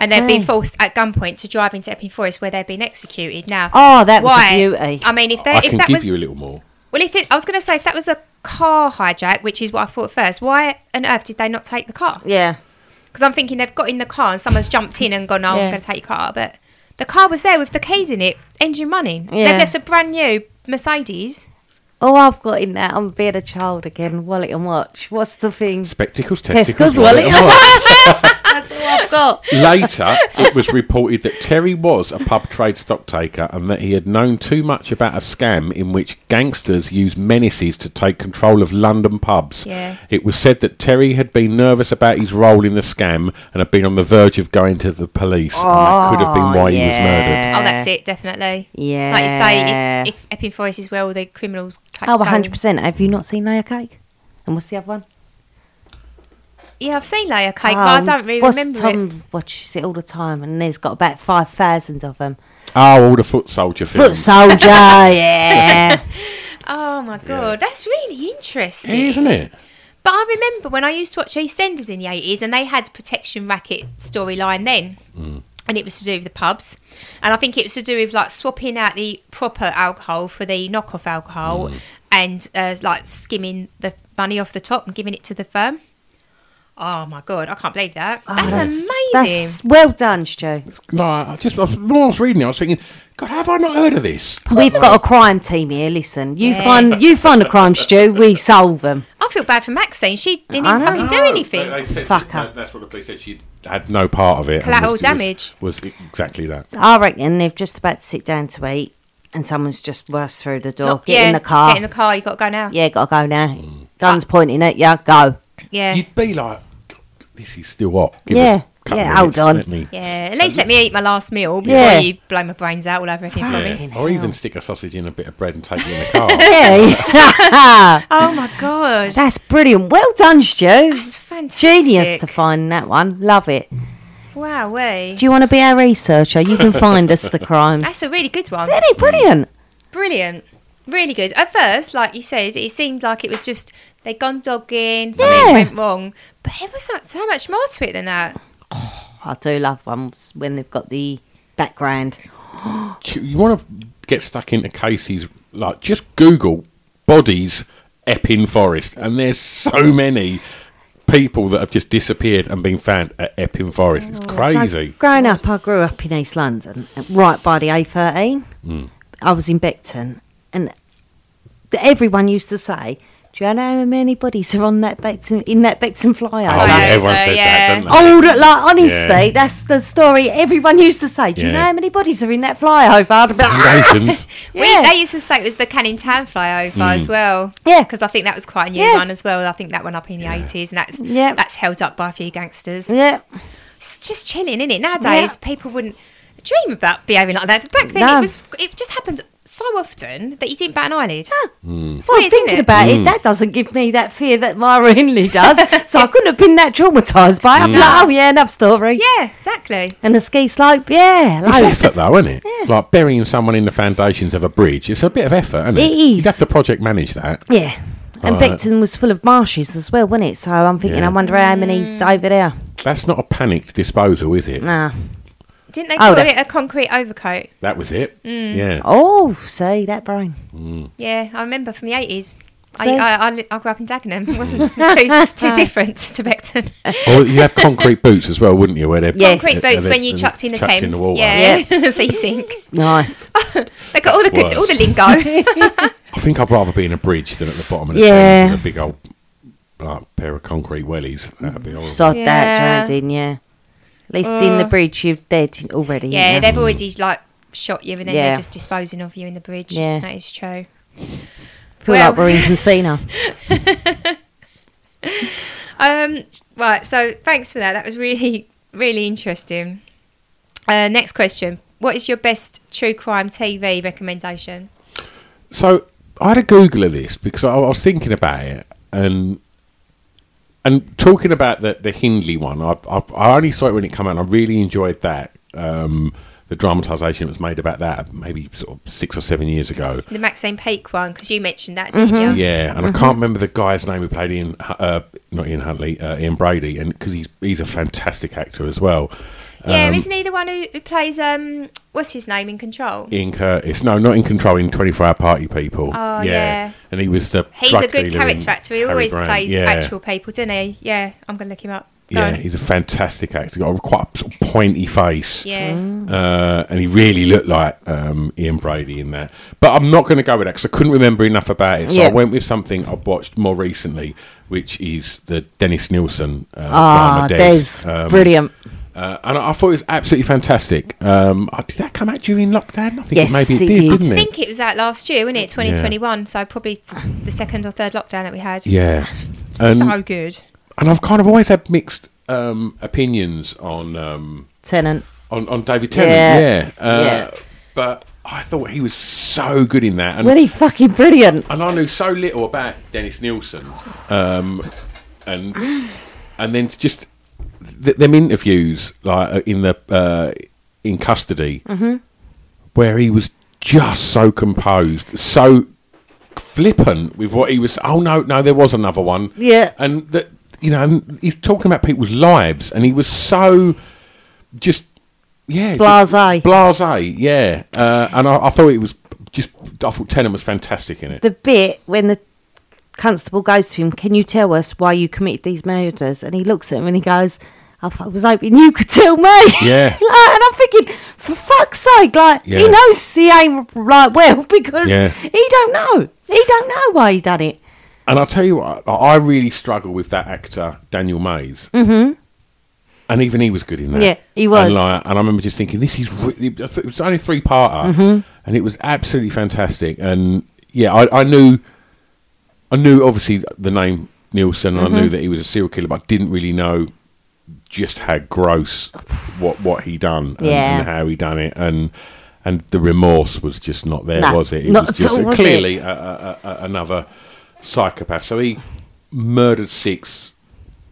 [SPEAKER 1] and they've
[SPEAKER 2] me.
[SPEAKER 1] been forced at gunpoint to drive into Epping Forest where they've been executed now.
[SPEAKER 2] Oh, that was a beauty.
[SPEAKER 1] I mean, if, they,
[SPEAKER 3] I
[SPEAKER 1] if
[SPEAKER 3] can
[SPEAKER 1] that
[SPEAKER 3] give
[SPEAKER 1] was.
[SPEAKER 3] you a little more.
[SPEAKER 1] Well, if it, I was going to say, if that was a car hijack, which is what I thought at first, why on earth did they not take the car?
[SPEAKER 2] yeah.
[SPEAKER 1] Because I'm thinking they've got in the car and someone's jumped in and gone, oh,
[SPEAKER 2] Yeah.
[SPEAKER 1] I'm going to take your car. But the car was there with the keys in it, engine running.
[SPEAKER 2] Yeah.
[SPEAKER 1] They've left a brand new Mercedes.
[SPEAKER 2] Oh, I've got in there. I'm being a child again. Wallet and watch. What's the thing?
[SPEAKER 3] Spectacles, testicles,
[SPEAKER 2] Testicles,
[SPEAKER 3] wallet,
[SPEAKER 2] wallet.
[SPEAKER 3] and watch.
[SPEAKER 2] That's all I've got.
[SPEAKER 3] Later, it was reported that Terry was a pub trade stock taker and that he had known too much about a scam in which gangsters use menaces to take control of London pubs.
[SPEAKER 1] Yeah.
[SPEAKER 3] It was said that Terry had been nervous about his role in the scam and had been on the verge of going to the police. and that could have been why he was murdered.
[SPEAKER 1] oh, that's it, definitely.
[SPEAKER 2] Yeah.
[SPEAKER 1] Like you say, if, if Epping Forest is where all the criminals take
[SPEAKER 2] Oh,
[SPEAKER 1] go.
[SPEAKER 2] 100%. Have you not seen Layer Cake? And what's the other one?
[SPEAKER 1] Yeah, I've seen Layer Cake,
[SPEAKER 2] Oh,
[SPEAKER 1] but I don't really
[SPEAKER 2] what's
[SPEAKER 1] remember
[SPEAKER 2] Tom
[SPEAKER 1] it.
[SPEAKER 2] watches it all the time, and he's got about 5,000 of them.
[SPEAKER 3] Oh, all the foot soldier films.
[SPEAKER 2] Foot Soldier, yeah.
[SPEAKER 1] Oh, my God. That's really interesting.
[SPEAKER 3] Isn't it?
[SPEAKER 1] But I remember when I used to watch EastEnders in the eighties, and they had protection racket storyline then, and it was to do with the pubs, and I think it was to do with like swapping out the proper alcohol for the knockoff alcohol, and uh, like skimming the money off the top and giving it to the firm. Oh my god, I can't believe that. that's, amazing.
[SPEAKER 2] Oh, That's well done, Stu.
[SPEAKER 3] No, I just I was, when I was reading it, I was thinking, God, have I not heard of this?
[SPEAKER 2] We've got a crime team here. Listen, you
[SPEAKER 1] Yeah.
[SPEAKER 2] find you find a crime, Stu. We solve them.
[SPEAKER 1] I feel bad for Maxine. She didn't
[SPEAKER 2] I
[SPEAKER 1] even
[SPEAKER 2] know.
[SPEAKER 1] fucking
[SPEAKER 3] Oh.
[SPEAKER 1] do anything.
[SPEAKER 2] Fuck that- her.
[SPEAKER 3] That's what the police said. She had no part of it.
[SPEAKER 1] and Collateral was- was- damage.
[SPEAKER 3] Was, exactly that.
[SPEAKER 2] I reckon they've just about to sit down to eat, and someone's just burst through the door.
[SPEAKER 1] Not-
[SPEAKER 2] get
[SPEAKER 1] yeah,
[SPEAKER 2] in the car.
[SPEAKER 1] Get in the car. You got to go now. Yeah.
[SPEAKER 2] yeah, gotta go now. Guns pointing at you. Go.
[SPEAKER 1] Yeah.
[SPEAKER 3] You'd be like, "God, this is still hot.
[SPEAKER 2] Yeah.
[SPEAKER 3] us a couple
[SPEAKER 2] Yeah,
[SPEAKER 3] of
[SPEAKER 2] hold on.
[SPEAKER 3] let me-"
[SPEAKER 1] at least let me eat my last meal before
[SPEAKER 2] Yeah.
[SPEAKER 1] you blow my brains out all over again.
[SPEAKER 3] Yeah.
[SPEAKER 1] promise.
[SPEAKER 3] Or even stick a sausage in a bit of bread and take it in the car.
[SPEAKER 2] Yeah,
[SPEAKER 1] Oh my god,
[SPEAKER 2] that's brilliant. Well done, Stu.
[SPEAKER 1] That's fantastic.
[SPEAKER 2] Genius to find that one. Love it.
[SPEAKER 1] Wow, way.
[SPEAKER 2] Do you want to be our researcher? You can find us the
[SPEAKER 1] That's
[SPEAKER 2] crimes.
[SPEAKER 1] a really good one.
[SPEAKER 2] Isn't it brilliant?
[SPEAKER 1] Brilliant. Really good. At first, like you said, it seemed like it was just they'd gone dogging, something
[SPEAKER 2] Yeah.
[SPEAKER 1] went wrong. But there was so, so much more to it than that.
[SPEAKER 2] I do love ones when they've got the background.
[SPEAKER 3] Do you want to get stuck into cases like just Google bodies Epping Forest, and there's so many people that have just disappeared and been found at Epping Forest. It's crazy.
[SPEAKER 2] Oh, So, growing up, I grew up in East London, right by the A13.
[SPEAKER 3] Hmm.
[SPEAKER 2] I was in Beckton, and th- everyone used to say, "Do you know how many bodies are on that Beckton in that Beckton
[SPEAKER 3] Oh,
[SPEAKER 2] flyover?"
[SPEAKER 3] yeah, everyone
[SPEAKER 1] so,
[SPEAKER 3] says
[SPEAKER 1] yeah.
[SPEAKER 3] that, don't they?
[SPEAKER 2] Oh, that- like honestly,
[SPEAKER 3] Yeah.
[SPEAKER 2] that's the story everyone used to say. Do you know
[SPEAKER 3] Yeah.
[SPEAKER 2] how many bodies are in that flyover? I'd be like,
[SPEAKER 3] Congratulations.
[SPEAKER 2] yeah,
[SPEAKER 1] We, they used to say it was the Canning Town flyover as well.
[SPEAKER 2] Yeah.
[SPEAKER 1] Because I think that was quite a new
[SPEAKER 2] Yeah.
[SPEAKER 1] one as well. I think that went up in the 80s and that's
[SPEAKER 2] Yeah.
[SPEAKER 1] that's held up by a few gangsters.
[SPEAKER 2] yeah.
[SPEAKER 1] It's just chilling, isn't it? Nowadays, people wouldn't dream about behaving like that. But back then,
[SPEAKER 2] No.
[SPEAKER 1] it was it just happened so often that you didn't bat an eyelid. It's
[SPEAKER 2] Well,
[SPEAKER 1] weird, isn't
[SPEAKER 2] thinking
[SPEAKER 1] it?
[SPEAKER 2] about
[SPEAKER 3] Hmm.
[SPEAKER 2] it, that doesn't give me that fear that Myra Henley does. so I couldn't have been that traumatised by it. I'd be like, oh yeah, enough story.
[SPEAKER 1] Yeah, exactly.
[SPEAKER 2] And the ski slope, yeah,
[SPEAKER 3] It's
[SPEAKER 2] loads.
[SPEAKER 3] effort, though, isn't it? Like burying someone in the foundations of a bridge. It's a bit of effort, isn't it?
[SPEAKER 2] It is.
[SPEAKER 3] You'd have to project manage that.
[SPEAKER 2] Yeah. And
[SPEAKER 3] Alright.
[SPEAKER 2] Beckton was full of marshes as well, wasn't it? So I'm thinking,
[SPEAKER 3] Yeah.
[SPEAKER 2] I wonder how many's
[SPEAKER 1] Mm.
[SPEAKER 2] over there.
[SPEAKER 3] That's not a panicked disposal, is it?
[SPEAKER 2] Nah.
[SPEAKER 1] Didn't they
[SPEAKER 2] Oh,
[SPEAKER 1] call
[SPEAKER 2] that-
[SPEAKER 1] it a concrete overcoat?
[SPEAKER 3] That was it.
[SPEAKER 1] Mm.
[SPEAKER 3] Yeah.
[SPEAKER 2] Oh, see, that brain.
[SPEAKER 1] Yeah, I remember from the eighties. I,
[SPEAKER 2] See?
[SPEAKER 1] I, I, li- I grew up in Dagenham. It wasn't too, too different to Beckton.
[SPEAKER 3] Or you have concrete boots as well, wouldn't you? Where they're
[SPEAKER 2] Yes.
[SPEAKER 1] Concrete
[SPEAKER 3] they're-
[SPEAKER 1] boats
[SPEAKER 3] they're-
[SPEAKER 1] when you
[SPEAKER 3] they're
[SPEAKER 1] chucked in the
[SPEAKER 3] chucked
[SPEAKER 1] Thames.
[SPEAKER 3] in the water.
[SPEAKER 1] yeah, so you sink.
[SPEAKER 2] Nice.
[SPEAKER 1] They got all the good,
[SPEAKER 3] worse.
[SPEAKER 1] all the lingo.
[SPEAKER 3] I think I'd rather be in a bridge than at the bottom of the
[SPEAKER 2] Yeah.
[SPEAKER 3] Thames with a big old like, pair of concrete wellies. That'd be horrible.
[SPEAKER 2] Sod
[SPEAKER 1] Yeah. Oh.
[SPEAKER 2] that, Jardine, yeah. At least in the bridge, you're dead already.
[SPEAKER 1] yeah,
[SPEAKER 2] you know?
[SPEAKER 3] Mm.
[SPEAKER 1] they've already like shot you, and then
[SPEAKER 2] Yeah.
[SPEAKER 1] they're just disposing of you in the bridge.
[SPEAKER 2] Yeah.
[SPEAKER 1] that is true.
[SPEAKER 2] feel
[SPEAKER 1] well-
[SPEAKER 2] like we're in casino.
[SPEAKER 1] Um, right. So thanks for that. That was really, really interesting. Uh, next question: What is your best true crime TV recommendation?
[SPEAKER 3] So I had a Google of this because I, I was thinking about it and and talking about the the Hindley one. I, I I only saw it when it came out. and I really enjoyed that. Um, the dramatisation that was made about that maybe sort of six or seven years ago.
[SPEAKER 1] The Maxine Peake one, because you mentioned that, didn't
[SPEAKER 2] Mm-hmm.
[SPEAKER 1] you?
[SPEAKER 3] Yeah,
[SPEAKER 1] Mm-hmm.
[SPEAKER 3] and I can't remember the guy's name who played Ian, uh, not Ian Huntley, uh, Ian Brady, and because he's he's a fantastic actor as well.
[SPEAKER 1] Yeah,
[SPEAKER 3] um,
[SPEAKER 1] isn't he the one who, who plays um what's his name in control?
[SPEAKER 3] Ian Curtis, no, not in Control, in Twenty Four Hour Party People.
[SPEAKER 1] Oh, yeah.
[SPEAKER 3] and he was the
[SPEAKER 1] He's
[SPEAKER 3] drug
[SPEAKER 1] a good
[SPEAKER 3] dealer in
[SPEAKER 1] character actor. He
[SPEAKER 3] Harry
[SPEAKER 1] always
[SPEAKER 3] Graham.
[SPEAKER 1] plays
[SPEAKER 3] Yeah.
[SPEAKER 1] actual people, doesn't he? Yeah, I'm gonna look him up. Go
[SPEAKER 3] Yeah,
[SPEAKER 1] on.
[SPEAKER 3] he's a fantastic actor. Got a quite a sort of pointy face.
[SPEAKER 1] Yeah.
[SPEAKER 3] uh, and he really looked like um, Ian Brady in that. But I'm not going to go with that because I couldn't remember enough about it. So
[SPEAKER 2] Yeah.
[SPEAKER 3] I went with something I've watched more recently, which is the Dennis Nielsen uh,
[SPEAKER 2] Ah,
[SPEAKER 3] drama. Des.
[SPEAKER 2] Des.
[SPEAKER 3] Um,
[SPEAKER 2] Brilliant.
[SPEAKER 3] uh, and I I thought it was absolutely fantastic. Um, oh, did that come out during lockdown? I think
[SPEAKER 2] Yes,
[SPEAKER 3] it maybe it
[SPEAKER 2] it
[SPEAKER 3] did,
[SPEAKER 2] did.
[SPEAKER 3] didn't
[SPEAKER 1] I
[SPEAKER 3] it?
[SPEAKER 1] think it was out last year, wasn't it? 2021. So probably the second or third lockdown that we had.
[SPEAKER 3] Yeah.
[SPEAKER 1] That's so good.
[SPEAKER 3] and I've kind of always had mixed um, opinions on. Um,
[SPEAKER 2] Tenant.
[SPEAKER 3] on, on David Tennant.
[SPEAKER 2] Yeah.
[SPEAKER 3] Yeah. Uh,
[SPEAKER 2] Yeah.
[SPEAKER 3] But I thought he was so good in that. And,
[SPEAKER 2] Really fucking brilliant.
[SPEAKER 3] and I knew so little about Dennis Nielsen. Um, and and then just th- them interviews like uh, in the uh, in custody
[SPEAKER 2] Mm-hmm.
[SPEAKER 3] where he was just so composed, so flippant with what he was. Oh no, no, there was another one.
[SPEAKER 2] Yeah.
[SPEAKER 3] and that you know, and he's talking about people's lives, and he was so just yeah, just
[SPEAKER 2] Blasé.
[SPEAKER 3] blasé, yeah. Uh, and I, I thought it was just. I thought Tennant was fantastic in it.
[SPEAKER 2] The bit when the constable goes to him, can you tell us why you committed these murders? And he looks at him and he goes, I th- I was hoping you could tell me.
[SPEAKER 3] Yeah.
[SPEAKER 2] Like, and I'm thinking, for fuck's sake, like he
[SPEAKER 3] Yeah.
[SPEAKER 2] knows he ain't right well because
[SPEAKER 3] Yeah.
[SPEAKER 2] he don't know. He don't know why he done it.
[SPEAKER 3] And I'll tell you what, I, I really struggle with that actor, Daniel Mays. Mm-hmm. And even he was good in that.
[SPEAKER 2] Yeah, he was.
[SPEAKER 3] And, like, and I remember just thinking, this is really. It was only three parter,
[SPEAKER 2] Mm-hmm.
[SPEAKER 3] and it was absolutely fantastic. And yeah, I, I knew, I knew obviously the name Nielsen, and I
[SPEAKER 2] Mm-hmm.
[SPEAKER 3] knew that he was a serial killer, but I didn't really know just how gross what what he done and,
[SPEAKER 2] Yeah.
[SPEAKER 3] and how he done it, and and the remorse was just not there,
[SPEAKER 2] No,
[SPEAKER 3] was it? It
[SPEAKER 2] not
[SPEAKER 3] was
[SPEAKER 2] at
[SPEAKER 3] just
[SPEAKER 2] all, was it?
[SPEAKER 3] clearly a, a, a, a- another psychopath. So he murdered six,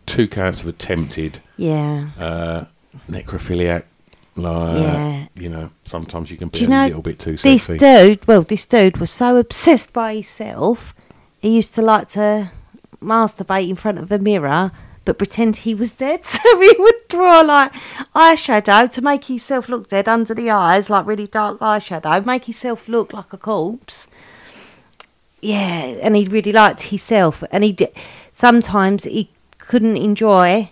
[SPEAKER 3] two counts of attempted
[SPEAKER 2] Yeah.
[SPEAKER 3] uh, necrophiliac. Like,
[SPEAKER 2] Yeah.
[SPEAKER 3] You know, sometimes you can be
[SPEAKER 2] Do you
[SPEAKER 3] a
[SPEAKER 2] know
[SPEAKER 3] little bit too
[SPEAKER 2] this
[SPEAKER 3] sexy.
[SPEAKER 2] dude? Well, this dude was so obsessed by himself, he used to like to masturbate in front of a mirror, but pretend he was dead. So he would draw like eyeshadow to make himself look dead under the eyes, like really dark eyeshadow, make himself look like a corpse. Yeah, and he really liked himself, and he d- sometimes he couldn't enjoy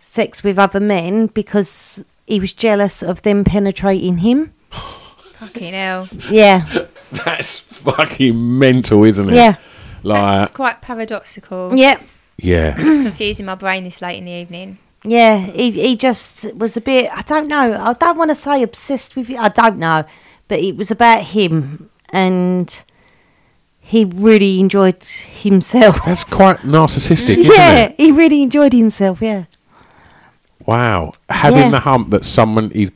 [SPEAKER 2] sex with other men because he was jealous of them penetrating him.
[SPEAKER 1] Fucking hell.
[SPEAKER 2] Yeah.
[SPEAKER 3] That's fucking mental, isn't it?
[SPEAKER 2] Yeah.
[SPEAKER 3] Like,
[SPEAKER 1] It's quite paradoxical.
[SPEAKER 2] Yeah.
[SPEAKER 3] yeah.
[SPEAKER 1] It's confusing my brain this late in the evening.
[SPEAKER 2] Yeah. He he just was a bit I don't know, I don't want to say obsessed with you. I don't know. But it was about him and he really enjoyed himself.
[SPEAKER 3] That's quite narcissistic, isn't
[SPEAKER 2] yeah,
[SPEAKER 3] it?
[SPEAKER 2] he really enjoyed himself, yeah.
[SPEAKER 3] Wow. Having
[SPEAKER 2] Yeah.
[SPEAKER 3] the hump that someone is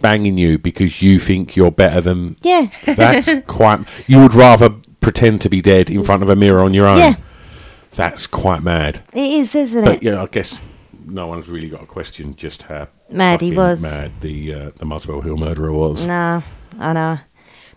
[SPEAKER 3] banging you because you think you're better than
[SPEAKER 2] Yeah.
[SPEAKER 3] That's quite. You would rather pretend to be dead in front of a mirror on your own.
[SPEAKER 2] Yeah.
[SPEAKER 3] That's quite mad.
[SPEAKER 2] It is, isn't
[SPEAKER 3] But
[SPEAKER 2] it?
[SPEAKER 3] yeah, I guess no one's really got a question just how
[SPEAKER 2] Mad he
[SPEAKER 3] fucking
[SPEAKER 2] was.
[SPEAKER 3] Mad the uh, the Muswell Hill murderer was.
[SPEAKER 2] No, I know.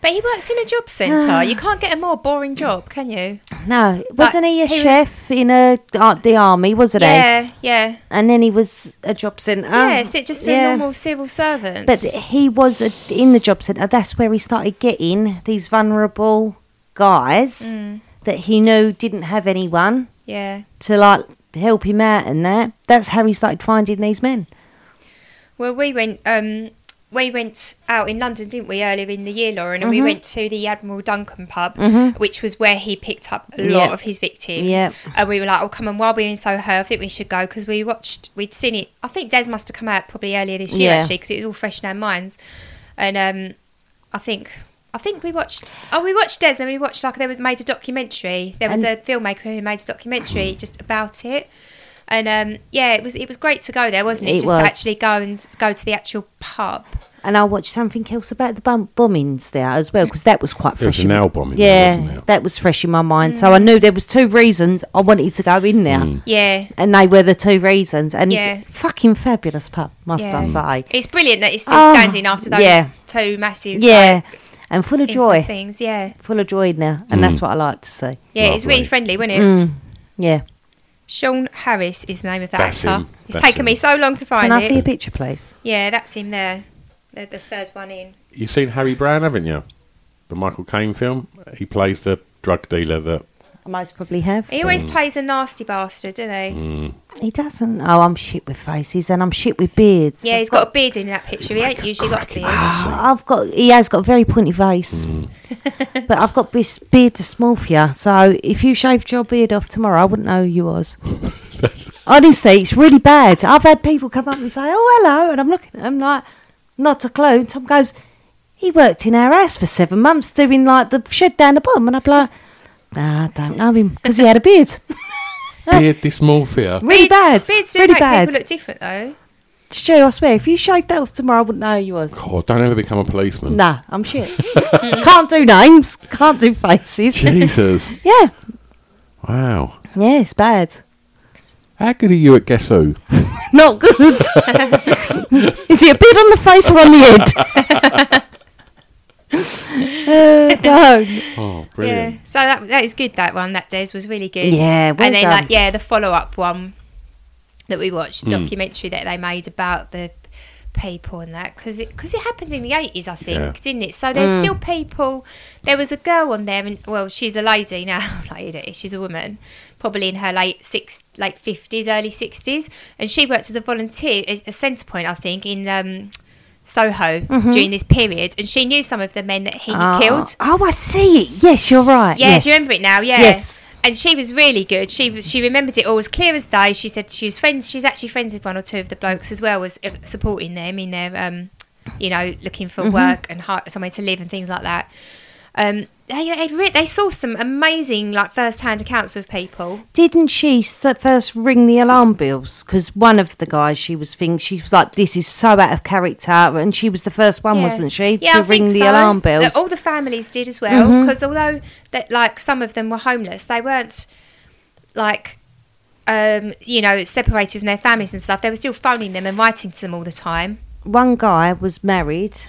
[SPEAKER 1] But he worked in a job centre. you can't get a more boring job, can you?
[SPEAKER 2] No, wasn't he a
[SPEAKER 1] he was-
[SPEAKER 2] chef in a uh, the army? Wasn't he?
[SPEAKER 1] Yeah, yeah.
[SPEAKER 2] And then he was a job centre.
[SPEAKER 1] yeah, so just a
[SPEAKER 2] Um, Yeah.
[SPEAKER 1] normal civil servant.
[SPEAKER 2] But he was a, in the job centre. That's where he started getting these vulnerable guys
[SPEAKER 1] Mm.
[SPEAKER 2] that he knew didn't have anyone
[SPEAKER 1] yeah.
[SPEAKER 2] to like help him out and that. That's how he started finding these men.
[SPEAKER 1] Well, we went. Um, we went out in London, didn't we, earlier in the year, Lauren? And
[SPEAKER 2] Mm-hmm.
[SPEAKER 1] we went to the Admiral Duncan pub, which was where he picked up a lot
[SPEAKER 2] Yeah.
[SPEAKER 1] of his victims.
[SPEAKER 2] Yeah.
[SPEAKER 1] And we were like, "Oh, come on!" While we were in Soho, I think we should go because we watched. We'd seen it. I think Des must have come out probably earlier this year,
[SPEAKER 2] Yeah.
[SPEAKER 1] actually, because it was all fresh in our minds. And um, I think. I think we watched. Oh, we watched Des, and we
[SPEAKER 2] Mm.
[SPEAKER 1] watched like they were- made a documentary. There was a filmmaker who made a documentary just about it, And um, yeah, it was it was great to go there, wasn't it?
[SPEAKER 2] It
[SPEAKER 1] Just
[SPEAKER 2] was.
[SPEAKER 1] to actually go and go to the actual pub.
[SPEAKER 2] And I watched something else about the bum- bombings there as well because that was quite
[SPEAKER 3] There was
[SPEAKER 2] fresh.
[SPEAKER 3] an
[SPEAKER 2] in-
[SPEAKER 3] owl bombing there,
[SPEAKER 2] Yeah,
[SPEAKER 3] wasn't there?
[SPEAKER 2] that was fresh in my mind. So I
[SPEAKER 1] Mm.
[SPEAKER 2] knew there was two reasons I wanted to go in there,
[SPEAKER 3] Mm.
[SPEAKER 1] Yeah.
[SPEAKER 2] and they were the two reasons. And
[SPEAKER 1] Yeah.
[SPEAKER 2] fucking fabulous pub, must
[SPEAKER 1] Yeah.
[SPEAKER 2] I say?
[SPEAKER 1] It's brilliant that it's still
[SPEAKER 2] Oh,
[SPEAKER 1] standing after those
[SPEAKER 2] yeah.
[SPEAKER 1] two massive
[SPEAKER 2] Yeah, and full of
[SPEAKER 1] like,
[SPEAKER 2] joy,
[SPEAKER 1] things. Yeah,
[SPEAKER 2] full of joy in there, and
[SPEAKER 3] Mm.
[SPEAKER 2] that's what I like to see.
[SPEAKER 1] yeah, it's
[SPEAKER 3] Lovely.
[SPEAKER 1] really friendly, wasn't
[SPEAKER 2] Mm.
[SPEAKER 1] it?
[SPEAKER 2] Yeah,
[SPEAKER 1] Sean Harris is the name of that
[SPEAKER 3] That's
[SPEAKER 1] actor.
[SPEAKER 3] him.
[SPEAKER 1] It's
[SPEAKER 3] That's
[SPEAKER 1] taken
[SPEAKER 3] him.
[SPEAKER 1] me so long to find
[SPEAKER 2] can I
[SPEAKER 1] it.
[SPEAKER 2] see a picture, please?
[SPEAKER 1] Yeah, that's him there. The, the third one in.
[SPEAKER 3] You've seen Harry Brown, haven't you? The Michael Caine film. He plays the drug dealer that
[SPEAKER 2] I most probably have.
[SPEAKER 1] He
[SPEAKER 3] Mm.
[SPEAKER 1] always plays a nasty bastard, doesn't he?
[SPEAKER 2] He doesn't. Oh, I'm shit with faces, and I'm shit with beards.
[SPEAKER 1] Yeah, he's got a beard in that picture.
[SPEAKER 2] Oh
[SPEAKER 1] He ain't usually got a beard.
[SPEAKER 2] I've got. He has got a very pointy face, but I've got this beard dysmorphia. So if you shaved your beard off tomorrow, I wouldn't know who you was. Honestly, it's really bad. I've had people come up and say, "Oh, hello," and I'm looking at them like, not a clue. And Tom goes, "He worked in our house for seven months doing like the shed down the bottom," and I'm like, nah, "I don't know him because he had a beard."
[SPEAKER 3] beard dysmorphia.
[SPEAKER 2] Really
[SPEAKER 1] Beards-
[SPEAKER 2] bad.
[SPEAKER 1] Beards do
[SPEAKER 2] really
[SPEAKER 1] make
[SPEAKER 2] bad.
[SPEAKER 1] people look different, though.
[SPEAKER 2] Stu, I swear, if you shaved that off tomorrow, I wouldn't know who you was.
[SPEAKER 3] God, don't ever become a policeman.
[SPEAKER 2] Nah, I'm shit. can't do names. Can't do faces.
[SPEAKER 3] Jesus.
[SPEAKER 2] Yeah,
[SPEAKER 3] Wow.
[SPEAKER 2] yeah, it's bad.
[SPEAKER 3] How good are you at Guess Who?
[SPEAKER 2] Not good. Is he a bit on the face or on the head? uh, no.
[SPEAKER 3] Oh,
[SPEAKER 1] Yeah.
[SPEAKER 3] brilliant.
[SPEAKER 1] So that that is good. That one that Des was really good.
[SPEAKER 2] Yeah, well
[SPEAKER 1] and then
[SPEAKER 2] done.
[SPEAKER 1] like yeah, the follow up one that we watched documentary that they made about the people and that because it because it happened in the eighties, I think,
[SPEAKER 3] Yeah.
[SPEAKER 1] didn't it? So
[SPEAKER 2] Hmm.
[SPEAKER 1] there's still people. There was a girl on there, and well, she's a lady now, lady. She's a woman, probably in her late six, late fifties, early sixties, and she worked as a volunteer, a, a centre point, I think, in. Um, Soho
[SPEAKER 2] Mm-hmm.
[SPEAKER 1] during this period, and she knew some of the men that he killed.
[SPEAKER 2] Oh, I see it. Yes, you're right.
[SPEAKER 1] Yeah,
[SPEAKER 2] yes.
[SPEAKER 1] do you remember it now? Yeah.
[SPEAKER 2] Yes.
[SPEAKER 1] And she was really good. She was- she remembered it all as clear as day. She said she was friends. She's actually friends with one or two of the blokes as well as uh, supporting them in their um, you know, looking for
[SPEAKER 2] Mm-hmm.
[SPEAKER 1] work and hi- somewhere to live and things like that. Um, they they, re- they saw some amazing like first hand accounts of people.
[SPEAKER 2] Didn't she s- at first ring the alarm bells? Because one of the guys she was thinking, she was like, this is so out of character. And she was the first one,
[SPEAKER 1] Yeah.
[SPEAKER 2] wasn't she?
[SPEAKER 1] Yeah,
[SPEAKER 2] to
[SPEAKER 1] I
[SPEAKER 2] ring
[SPEAKER 1] think
[SPEAKER 2] the
[SPEAKER 1] so.
[SPEAKER 2] alarm
[SPEAKER 1] The-
[SPEAKER 2] bells. Mm-hmm.
[SPEAKER 1] all the families did as well, because although that like some of them were homeless, they weren't like um, you know separated from their families and stuff. They were still phoning them and writing to them all the time.
[SPEAKER 2] one guy was married,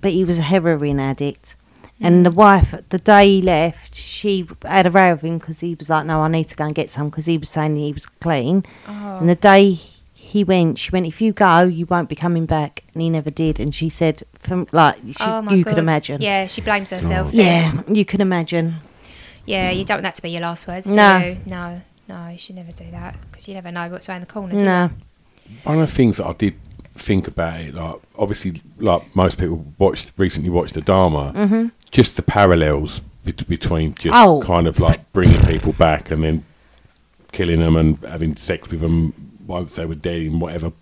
[SPEAKER 2] but he was a heroin addict.
[SPEAKER 1] Mm.
[SPEAKER 2] And the wife, the day he left, she had a row with him because he was like, "No, I need to go and get some," because he was saying he was clean.
[SPEAKER 1] Oh.
[SPEAKER 2] And the day he went, she went, "If you go, you won't be coming back." And he never did. And she said, "From like she,
[SPEAKER 1] oh my
[SPEAKER 2] you
[SPEAKER 1] God.
[SPEAKER 2] could imagine, Oh.
[SPEAKER 1] Yeah, she blames herself.
[SPEAKER 2] yeah, you can imagine."
[SPEAKER 1] Yeah, you don't want that to be your last words, do
[SPEAKER 2] No.
[SPEAKER 1] you? No, no, you should never do that because you never know what's around the corner. do
[SPEAKER 2] No,
[SPEAKER 1] you?
[SPEAKER 3] One of the things that I did think about it, like obviously, like most people watched recently watched the Dharma, just the parallels bet- between just
[SPEAKER 2] Mm-hmm. Oh.
[SPEAKER 3] kind of like bringing people back and then killing them and having sex with them once they were dead in whatever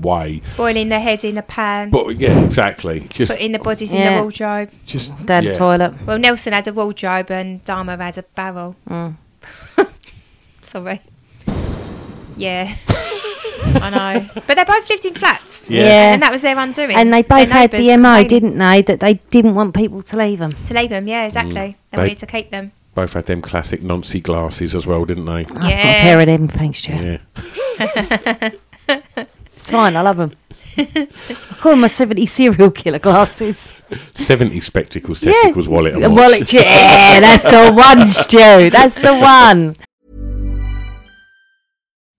[SPEAKER 3] way.
[SPEAKER 1] Boiling their head in a pan,
[SPEAKER 3] But yeah, exactly. Just
[SPEAKER 1] putting the bodies in
[SPEAKER 2] Yeah.
[SPEAKER 1] the wardrobe.
[SPEAKER 3] just
[SPEAKER 2] down
[SPEAKER 3] yeah.
[SPEAKER 2] the toilet.
[SPEAKER 1] Well, Nelson had a wardrobe and Dharma had a barrel.
[SPEAKER 2] Mm.
[SPEAKER 1] Sorry. Yeah. I know. But they both lived in flats.
[SPEAKER 2] Yeah. Yeah.
[SPEAKER 1] And that was their undoing.
[SPEAKER 2] And they both had the MO,
[SPEAKER 1] MI,
[SPEAKER 2] didn't they? That they didn't want people to leave them.
[SPEAKER 1] To leave them, yeah, exactly. They,
[SPEAKER 3] Mm. They-
[SPEAKER 1] wanted to keep them.
[SPEAKER 3] Both had them classic Nancy glasses as well, didn't they?
[SPEAKER 2] I've got a
[SPEAKER 1] Yeah.
[SPEAKER 2] pair of them, thanks, Joe.
[SPEAKER 3] Yeah.
[SPEAKER 2] It's fine. I love them. I call them my 70 serial killer glasses.
[SPEAKER 3] 70 spectacles, testicles, wallet, and
[SPEAKER 2] A
[SPEAKER 3] watch.
[SPEAKER 2] wallet. Yeah, that's the one, Stu. That's the one.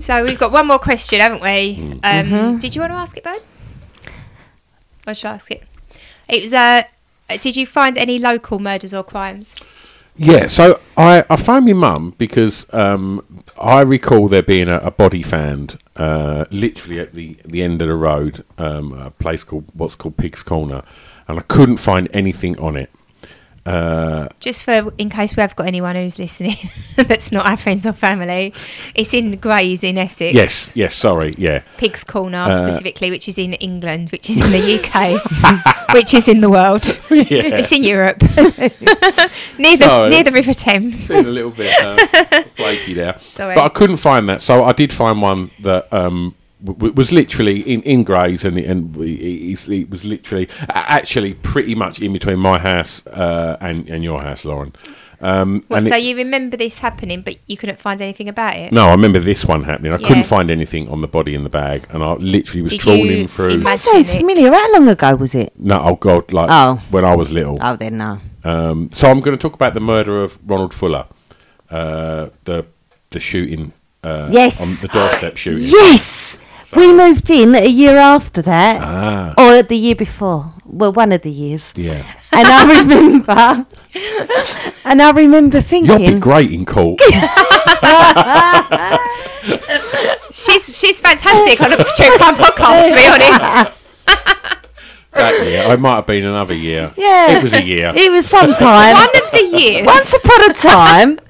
[SPEAKER 1] So we've got one more question, haven't
[SPEAKER 3] Mm.
[SPEAKER 1] we? Um, Did you want to ask it, babe? Or should I ask it? It was, uh, did you find any local murders or crimes?
[SPEAKER 3] Yeah, so I, I phoned my mum because um, I recall there being a, a body found uh, literally at the, the end of the road, um, a place called what's called Pig's Corner, and I couldn't find anything on it. Uh,
[SPEAKER 1] Just for in case we have got anyone who's listening that's not our friends or family, it's in Grays in Essex.
[SPEAKER 3] yes, Uh, yes, sorry, yeah.
[SPEAKER 1] Pig's Corner specifically, which is in England, which is in the UK, which is in the world. It's in Europe, near
[SPEAKER 3] So-
[SPEAKER 1] the near the River Thames.
[SPEAKER 3] Been a little bit uh, flaky there,
[SPEAKER 1] Sorry.
[SPEAKER 3] but I couldn't find that, so I did find one that um, w- w- was literally in in Grays, and and we- it, it was literally a- actually pretty much in between my house uh, and and your house, Lauren. Um,
[SPEAKER 1] What,
[SPEAKER 3] and
[SPEAKER 1] so
[SPEAKER 3] it-
[SPEAKER 1] you remember this happening, but you couldn't find anything about it.
[SPEAKER 3] No, I remember this one happening. I
[SPEAKER 1] Yeah.
[SPEAKER 3] couldn't find anything on the body in the bag, and I literally was
[SPEAKER 1] Did
[SPEAKER 3] trawling
[SPEAKER 1] you
[SPEAKER 3] through.
[SPEAKER 1] imagine-
[SPEAKER 2] That sounds
[SPEAKER 1] it.
[SPEAKER 2] familiar. How long ago was it?
[SPEAKER 3] no, oh god, like
[SPEAKER 2] Oh.
[SPEAKER 3] when I was little.
[SPEAKER 2] Oh, then no.
[SPEAKER 3] Um, so I'm going to talk about the murder of Ronald Fuller, uh, the the shooting. Uh,
[SPEAKER 2] Yes.
[SPEAKER 3] on the doorstep shooting.
[SPEAKER 2] Yes, we moved in a year after that,
[SPEAKER 3] Ah.
[SPEAKER 2] or the year before. Well, one of the years.
[SPEAKER 3] Yeah,
[SPEAKER 2] And I remember, and I remember
[SPEAKER 3] you'll be
[SPEAKER 2] thinking,
[SPEAKER 3] great in court.
[SPEAKER 1] She's she's fantastic on a true crime podcast. To be honest,
[SPEAKER 3] that year, I might have been another year.
[SPEAKER 2] Yeah.
[SPEAKER 3] it was a year.
[SPEAKER 2] it was sometime
[SPEAKER 1] one of the years
[SPEAKER 2] once upon a time.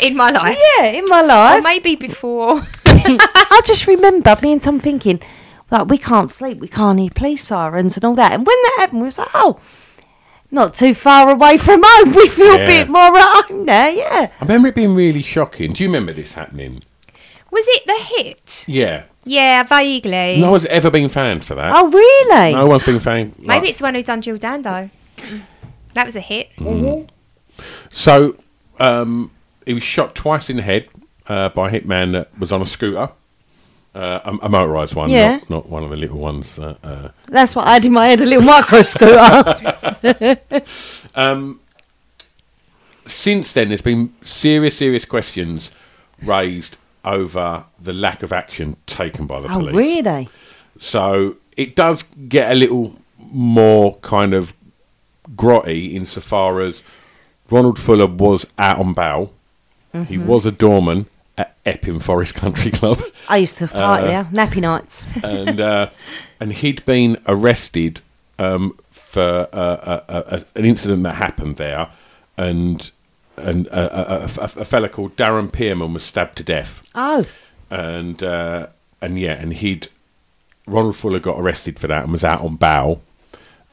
[SPEAKER 1] in my life,
[SPEAKER 2] yeah, in my
[SPEAKER 1] or
[SPEAKER 2] life,
[SPEAKER 1] maybe before.
[SPEAKER 3] Oh,
[SPEAKER 2] I just remember me and Tom thinking, like, we can't sleep, we can't hear police sirens and all that. And when that happened, we was like, oh. Not too far away from home. We feel
[SPEAKER 3] Yeah.
[SPEAKER 2] a bit more at home now, yeah.
[SPEAKER 3] I remember it being really shocking. Do you remember this happening?
[SPEAKER 1] Was it the hit?
[SPEAKER 3] Yeah,
[SPEAKER 1] Yeah, vaguely.
[SPEAKER 3] no one's ever been found for that.
[SPEAKER 2] Oh, really?
[SPEAKER 3] Uh, No one's been found. like-
[SPEAKER 1] Maybe it's the one who done Jill Dando. That was a hit.
[SPEAKER 3] Mm. So um, he was shot twice in the head uh, by a hitman that was on a scooter, uh, a, a motorised one,
[SPEAKER 2] Yeah.
[SPEAKER 3] not, not one of the little ones. Uh, uh.
[SPEAKER 2] That's what I had in my head a little microscope.
[SPEAKER 3] Since then, there's been serious, serious questions raised over the lack of action taken by the
[SPEAKER 2] oh,
[SPEAKER 3] police.
[SPEAKER 2] really?
[SPEAKER 3] So it does get a little more kind of grotty insofar as Ronald Fuller was out on bail. He
[SPEAKER 2] Mm-hmm.
[SPEAKER 3] was a doorman at Epping Forest Country Club.
[SPEAKER 2] I used to
[SPEAKER 3] Uh,
[SPEAKER 2] fight yeah, nappy nights.
[SPEAKER 3] and uh, and he'd been arrested um, for uh, a, a, a, an incident that happened there, and and uh, a, a, a, a fella called Darren Pierman was stabbed to death,
[SPEAKER 2] Oh,
[SPEAKER 3] and uh, and yeah, and he'd Ronald Fuller got arrested for that and was out on bail,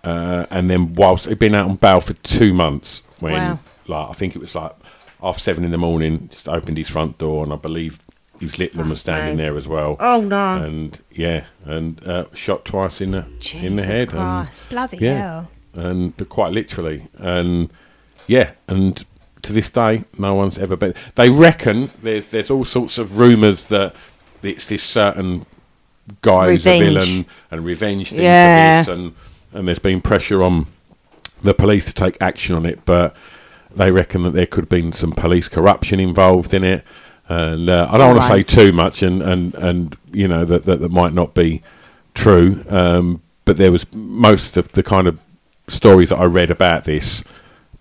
[SPEAKER 3] uh, and then whilst he'd been out on bail for two months when
[SPEAKER 2] Wow.
[SPEAKER 3] like I think it was like half seven in the morning, just opened his front door, and I believe. His Litlam was standing there as well
[SPEAKER 2] oh no!
[SPEAKER 3] and yeah, and uh, shot twice in the in the
[SPEAKER 2] Jesus
[SPEAKER 3] head, um,
[SPEAKER 2] Christ.
[SPEAKER 1] Bloody
[SPEAKER 3] Yeah.
[SPEAKER 1] hell.
[SPEAKER 3] and and quite literally, and yeah, and to this day, no one's ever been. They reckon there's there's all sorts of rumours that it's this certain guy who's a
[SPEAKER 2] Revenge.
[SPEAKER 3] villain and revenge thing
[SPEAKER 2] Yeah.
[SPEAKER 3] for this, and and there's been pressure on the police to take action on it, but they reckon that there could have been some police corruption involved in it. And uh, I don't want to
[SPEAKER 2] Right.
[SPEAKER 3] say too much, and, and, and you know that, that that might not be true. Um, but there was most of the kind of stories that I read about this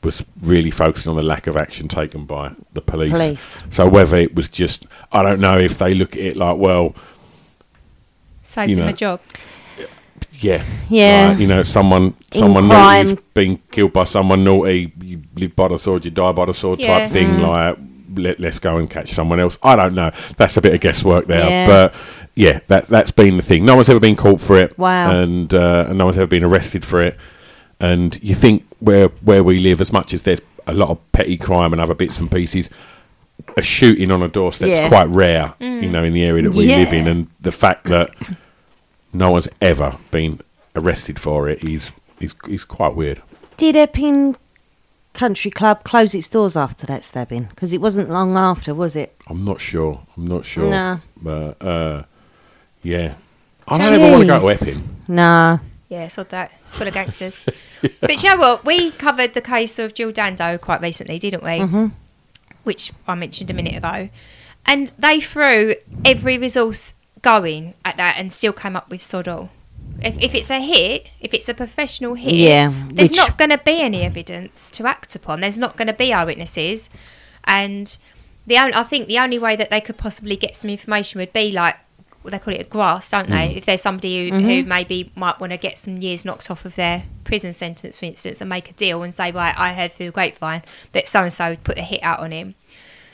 [SPEAKER 3] was really focusing on the lack of action taken by the police.
[SPEAKER 2] Police.
[SPEAKER 3] So whether it was just, I don't know if they look at it like, well,
[SPEAKER 1] Saved
[SPEAKER 3] You
[SPEAKER 1] him
[SPEAKER 3] know.
[SPEAKER 1] a job.
[SPEAKER 3] yeah,
[SPEAKER 2] Yeah.
[SPEAKER 3] Like, you know, someone
[SPEAKER 2] In
[SPEAKER 3] someone
[SPEAKER 2] crime.
[SPEAKER 3] naughty's been killed by someone naughty. You live by the sword, you die by the sword
[SPEAKER 1] Yeah.
[SPEAKER 3] type
[SPEAKER 2] Mm.
[SPEAKER 3] thing. Like let, let's go and catch someone else. I don't know. That's a bit of guesswork there,
[SPEAKER 2] Yeah.
[SPEAKER 3] but yeah, that that's been the thing. No one's ever been caught for it.
[SPEAKER 2] Wow.
[SPEAKER 3] and uh, and no one's ever been arrested for it. And you think where where we live, as much as there's a lot of petty crime and other bits and pieces. A shooting on a doorstep
[SPEAKER 2] Yeah. Mm.
[SPEAKER 3] is quite rare, you know, in the area that we live in,
[SPEAKER 2] Yeah.
[SPEAKER 3] and the fact that no one's ever been arrested for it is is is quite weird.
[SPEAKER 2] Did Epping Country Club close its doors after that stabbing? Because it wasn't long after, was it?
[SPEAKER 3] I'm not sure. I'm not sure.
[SPEAKER 2] No.
[SPEAKER 3] But uh, yeah, I don't ever want to go to
[SPEAKER 2] Jeez.
[SPEAKER 3] Epping.
[SPEAKER 2] No.
[SPEAKER 1] Yeah, it's odd that. It's full of gangsters. But you know what? We covered the case of Jill Dando quite recently, didn't we? Mm-hmm. Which I mentioned a minute ago. And they threw every resource going at that and still came up with sod all. If, if it's a hit, if it's a professional hit,
[SPEAKER 2] Yeah,
[SPEAKER 1] there's
[SPEAKER 2] which-
[SPEAKER 1] not going to be any evidence to act upon. There's not going to be eyewitnesses. And the only, I think the only way that they could possibly get some information would be like well, they call it a grass, don't they? If there's somebody who, who maybe might want to get some years knocked off of their prison sentence, for instance, and make a deal and say, right, I heard through the grapevine that so and so put a hit out on him.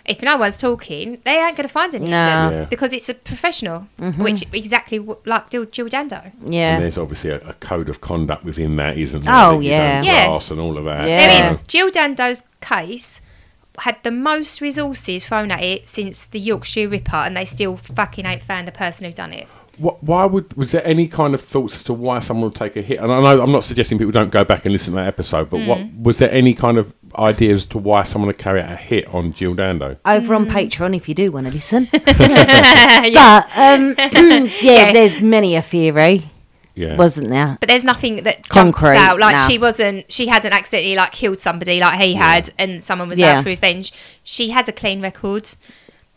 [SPEAKER 1] If no one's talking, they ain't going to find any
[SPEAKER 2] No.
[SPEAKER 1] evidence
[SPEAKER 3] Yeah.
[SPEAKER 1] because it's a professional, which exactly w- like Dil- Jill Dando.
[SPEAKER 3] And
[SPEAKER 2] Yeah.
[SPEAKER 3] there's obviously a, a code of conduct within that, isn't there?
[SPEAKER 2] Oh,
[SPEAKER 3] that you
[SPEAKER 2] yeah.
[SPEAKER 3] don't
[SPEAKER 1] Yeah.
[SPEAKER 3] Glass and all of that.
[SPEAKER 2] Yeah.
[SPEAKER 1] There
[SPEAKER 3] So-
[SPEAKER 1] is Jill Dando's case had the most resources thrown at it since the Yorkshire Ripper, and they still fucking ain't found the person who done it.
[SPEAKER 3] Wh- why would was there any kind of thoughts as to why someone would take a hit? And I know I'm not suggesting people don't go back and listen to that episode, but
[SPEAKER 1] Mm.
[SPEAKER 3] what was there any kind of idea as to why someone would carry out a hit on Jill Dando?
[SPEAKER 2] Over on Patreon if you do want to listen. But um, yeah, there's many a theory,
[SPEAKER 3] Yeah,
[SPEAKER 2] wasn't there?
[SPEAKER 1] But there's nothing that jumps
[SPEAKER 2] Concrete,
[SPEAKER 1] out. Like
[SPEAKER 2] nah.
[SPEAKER 1] she wasn't, she hadn't accidentally like killed somebody like he had, and someone was
[SPEAKER 2] Yeah.
[SPEAKER 1] out for revenge. She had a clean record.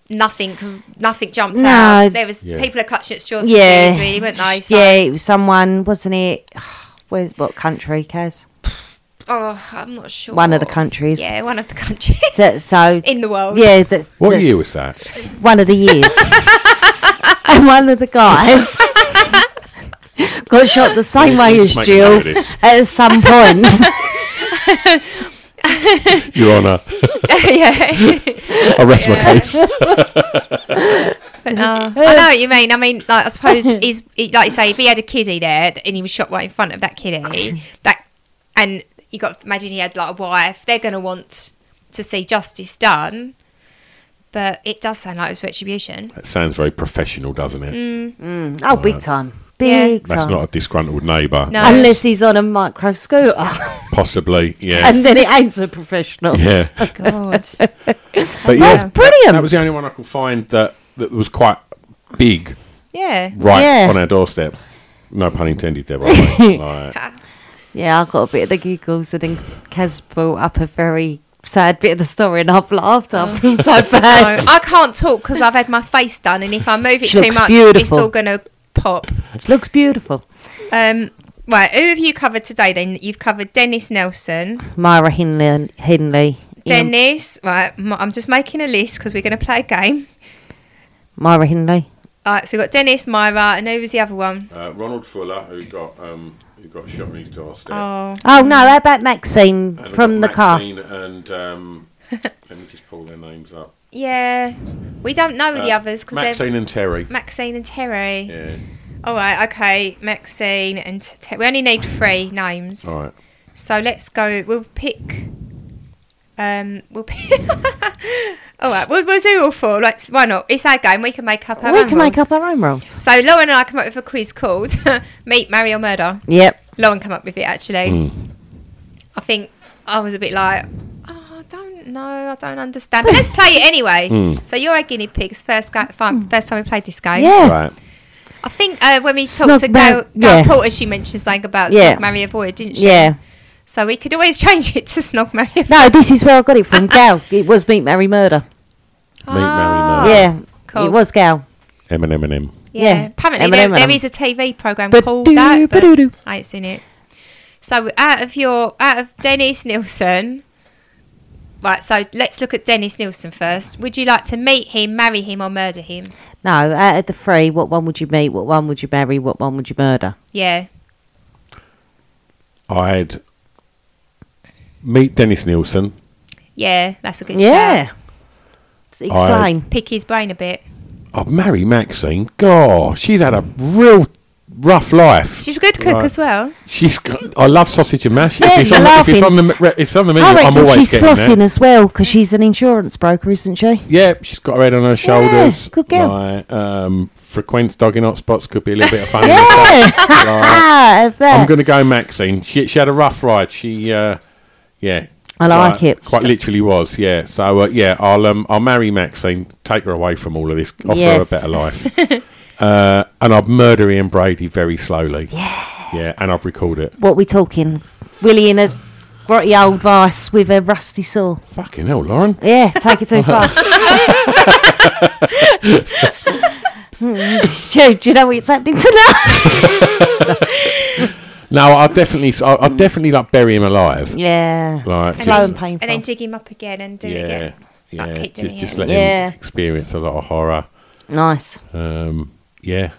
[SPEAKER 1] Nothing, nothing jumped
[SPEAKER 2] No,
[SPEAKER 1] out. There was
[SPEAKER 3] Yeah.
[SPEAKER 1] people are clutching at straws. Yeah,
[SPEAKER 2] Yeah.
[SPEAKER 1] for really, weren't they? So,
[SPEAKER 2] Yeah, it was someone, wasn't it? Where's what country, Kaz?
[SPEAKER 1] Oh, I'm not sure.
[SPEAKER 2] One of the countries.
[SPEAKER 1] Yeah, one of the countries
[SPEAKER 2] So, so
[SPEAKER 1] in the world.
[SPEAKER 2] yeah, the,
[SPEAKER 3] what
[SPEAKER 2] the-
[SPEAKER 3] year was that?
[SPEAKER 2] one of the years. and one of the guys got shot the same way as
[SPEAKER 3] Make a
[SPEAKER 2] Jill
[SPEAKER 3] note of this.
[SPEAKER 2] at some point.
[SPEAKER 3] Your Honour,
[SPEAKER 1] yeah.
[SPEAKER 3] I rest my case.
[SPEAKER 1] No, Oh, I know what you mean. I mean, like I suppose is it- like you say, if he had a kiddie there and he was shot right in front of that kiddie, that and you got to imagine he had like a wife, they're going to want to see justice done. But it does sound like it was retribution.
[SPEAKER 3] That sounds very professional, doesn't it?
[SPEAKER 2] oh, big time. Big
[SPEAKER 3] That's
[SPEAKER 2] time.
[SPEAKER 3] not a disgruntled neighbour.
[SPEAKER 1] No.
[SPEAKER 2] Unless he's on a micro scooter,
[SPEAKER 3] Possibly, yeah.
[SPEAKER 2] and Oh, then it ain't so professional.
[SPEAKER 3] yeah.
[SPEAKER 1] God,
[SPEAKER 3] But yeah,
[SPEAKER 2] That's brilliant.
[SPEAKER 3] that was the only one I could find that, that was quite big
[SPEAKER 1] yeah.
[SPEAKER 3] right
[SPEAKER 2] Yeah.
[SPEAKER 3] on our doorstep. No pun intended there, by the way. Like,
[SPEAKER 2] Yeah, I got a bit of the giggles, and then Kaz brought up a very sad bit of the story, and I've laughed.
[SPEAKER 1] Oh.
[SPEAKER 2] I feel so
[SPEAKER 1] No,
[SPEAKER 2] bad.
[SPEAKER 1] I can't talk because I've had my face done, and if I move it
[SPEAKER 2] She
[SPEAKER 1] too
[SPEAKER 2] looks
[SPEAKER 1] much, it's
[SPEAKER 2] beautiful.
[SPEAKER 1] all going to pop.
[SPEAKER 2] Looks beautiful.
[SPEAKER 1] Um, right, who have you covered today? Then you've covered Dennis Nelson.
[SPEAKER 2] Myra Hinley. Hinley Ian-
[SPEAKER 1] Dennis, right? m- I'm just making a list because we're going to play a game.
[SPEAKER 2] Myra Hinley.
[SPEAKER 1] All right, so we've got Dennis, Myra, and who was the other one?
[SPEAKER 3] uh, Ronald Fuller, who got um, who got shot on his doorstep.
[SPEAKER 1] Oh,
[SPEAKER 2] Oh no, how about Maxine
[SPEAKER 3] And
[SPEAKER 2] from the
[SPEAKER 3] we've got
[SPEAKER 2] car?
[SPEAKER 3] Maxine And um, let me just pull their names up.
[SPEAKER 1] yeah. We don't know the
[SPEAKER 3] Uh,
[SPEAKER 1] others because they're
[SPEAKER 3] Maxine and Terry.
[SPEAKER 1] Maxine and Terry.
[SPEAKER 3] Yeah.
[SPEAKER 1] All right, okay. Maxine and Terry. We only need three names.
[SPEAKER 3] All right.
[SPEAKER 1] So let's go. We'll pick. Um, we'll pick. all right, we'll, we'll do all four. Like, why not? It's our game. We can make up our
[SPEAKER 2] We
[SPEAKER 1] own
[SPEAKER 2] can make
[SPEAKER 1] rules.
[SPEAKER 2] up our own rules.
[SPEAKER 1] So Lauren and I come up with a quiz called Meet, Marry or Murder.
[SPEAKER 2] Yep.
[SPEAKER 1] Lauren came up with it actually. I think I was a bit like, oh, I don't know, I don't understand. But let's play it anyway. So you're our guinea pigs. First, ga- fi- first time we played this game.
[SPEAKER 2] Hmm. Yeah.
[SPEAKER 3] Right.
[SPEAKER 1] I think uh, when we talked
[SPEAKER 2] Snog
[SPEAKER 1] to
[SPEAKER 2] Mar-
[SPEAKER 1] Gail, Gail
[SPEAKER 2] yeah.
[SPEAKER 1] Porter, she mentioned something about
[SPEAKER 2] Yeah.
[SPEAKER 1] Snog Marry Avoid, didn't she?
[SPEAKER 2] Yeah.
[SPEAKER 1] So we could always change it to Snog Marry Avoid.
[SPEAKER 2] No, this is where I got it from. Gal. It was Meet Marry Murder.
[SPEAKER 3] Meet Mary Murray.
[SPEAKER 2] yeah.
[SPEAKER 1] cool.
[SPEAKER 2] It was Gal.
[SPEAKER 3] Eminem and him.
[SPEAKER 1] Yeah.
[SPEAKER 2] Yeah.
[SPEAKER 1] Apparently,
[SPEAKER 2] Eminem,
[SPEAKER 1] there, there
[SPEAKER 2] Eminem.
[SPEAKER 1] is a TV program
[SPEAKER 2] Ba-doo,
[SPEAKER 1] called that. But
[SPEAKER 2] ba-doo-doo.
[SPEAKER 1] I ain't seen it. So out of your, out of Dennis Nielsen. Right, so let's look at Dennis Nielsen first. Would you like to meet him, marry him, or murder him?
[SPEAKER 2] No, out of the three, what one would you meet? What one would you marry? What one would you murder?
[SPEAKER 1] Yeah.
[SPEAKER 3] I'd meet Dennis Nielsen.
[SPEAKER 1] Yeah, that's a good
[SPEAKER 2] Yeah.
[SPEAKER 1] shout.
[SPEAKER 2] Explain.
[SPEAKER 1] Pick his brain a bit.
[SPEAKER 3] I'd marry Maxine. God, she's had a real rough life.
[SPEAKER 1] She's a good cook
[SPEAKER 3] Right.
[SPEAKER 1] as well.
[SPEAKER 3] She's got, I love sausage and mash. If
[SPEAKER 2] Yeah,
[SPEAKER 3] it's, on, the- if it's
[SPEAKER 2] laughing.
[SPEAKER 3] on the if it's on the menu,
[SPEAKER 2] I
[SPEAKER 3] I'm
[SPEAKER 2] reckon
[SPEAKER 3] always
[SPEAKER 2] she's
[SPEAKER 3] getting that.
[SPEAKER 2] flossing as well because she's an insurance broker, isn't she?
[SPEAKER 3] Yeah, she's got her head on her shoulders.
[SPEAKER 2] good girl.
[SPEAKER 3] Like, um, frequent dogging hot spots could be a little bit of fun. in
[SPEAKER 2] Yeah.
[SPEAKER 3] itself. Like,
[SPEAKER 2] Ah, I bet.
[SPEAKER 3] I'm going to go Maxine. She, she had a rough ride. She, uh, yeah.
[SPEAKER 2] I like it.
[SPEAKER 3] Quite literally was, yeah. So uh, yeah, I'll um, I'll marry Maxine, take her away from all of this, offer her a
[SPEAKER 2] Yes.
[SPEAKER 3] better life, uh, and I'd murder Ian Brady very slowly. Yeah, yeah, and I'd record it.
[SPEAKER 2] What we talking? Willie in a grotty old vice with a rusty saw.
[SPEAKER 3] Fucking hell, Lauren.
[SPEAKER 2] Yeah, take it too far. Stu, do you know what's happening tonight?
[SPEAKER 3] No, I'd definitely, I'd I'd definitely like bury him alive.
[SPEAKER 2] Mm. yeah.
[SPEAKER 3] Like,
[SPEAKER 2] Slow
[SPEAKER 3] just-
[SPEAKER 2] and painful.
[SPEAKER 1] And then dig him up again and do it
[SPEAKER 3] yeah,
[SPEAKER 1] again.
[SPEAKER 3] yeah.
[SPEAKER 1] Like, keep
[SPEAKER 3] just,
[SPEAKER 1] doing
[SPEAKER 3] just
[SPEAKER 1] it.
[SPEAKER 3] let
[SPEAKER 2] Yeah.
[SPEAKER 3] him experience a lot of horror.
[SPEAKER 2] nice.
[SPEAKER 3] Um, yeah,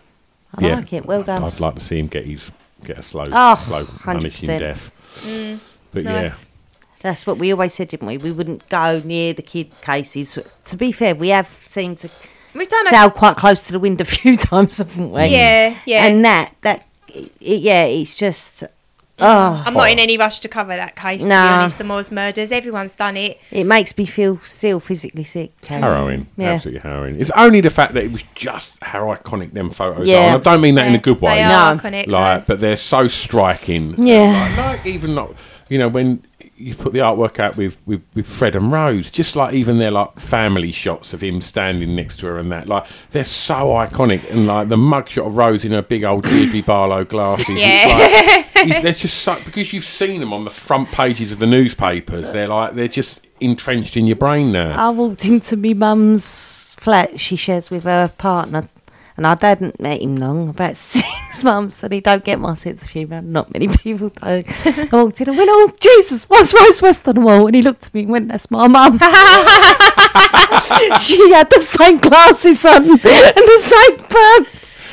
[SPEAKER 2] I
[SPEAKER 3] yeah.
[SPEAKER 2] like it. Well done.
[SPEAKER 3] I'd like to see him get his get a slow,
[SPEAKER 2] Oh,
[SPEAKER 3] slow
[SPEAKER 2] 100%.
[SPEAKER 3] punishing death.
[SPEAKER 2] Mm,
[SPEAKER 3] But
[SPEAKER 1] Nice.
[SPEAKER 2] That's what we always said, didn't we? We wouldn't go near the kid cases. To be fair, we have seemed to
[SPEAKER 1] We've done
[SPEAKER 2] sail quite close to the wind a few times, haven't we?
[SPEAKER 1] a Yeah, yeah.
[SPEAKER 2] And that, that, it, yeah, it's just, oh,
[SPEAKER 1] I'm not in any rush to cover that case, to be
[SPEAKER 2] Nah.
[SPEAKER 1] honest. The Moore's murders, everyone's done it.
[SPEAKER 2] it makes me feel still physically sick.
[SPEAKER 3] yeah,
[SPEAKER 2] Kaz.
[SPEAKER 3] harrowing,
[SPEAKER 2] Yeah.
[SPEAKER 3] absolutely harrowing. It's only the fact that it was just how iconic them photos
[SPEAKER 2] Yeah.
[SPEAKER 3] are. And I don't mean that in a good way.
[SPEAKER 1] They are
[SPEAKER 2] No.
[SPEAKER 1] iconic.
[SPEAKER 3] like, but they're so striking.
[SPEAKER 2] Yeah.
[SPEAKER 3] like, like even like you know when you put the artwork out with, with with Fred and Rose, just like even their like family shots of him standing next to her and that, like they're so iconic. And like the mugshot of Rose in her big old Deirdre Barlow glasses, it's like it's, they're just so because you've seen them on the front pages of the newspapers. They're like they're just entrenched in your brain now.
[SPEAKER 2] I walked into my mum's flat she shares with her partner and I hadn't met him long, about six months, and he don't get my sense of humour. Not many people do. I walked in and went, oh, Jesus, what's Rose West on the wall? And he looked at me and went, that's my mum. she had the same glasses on and the same bun.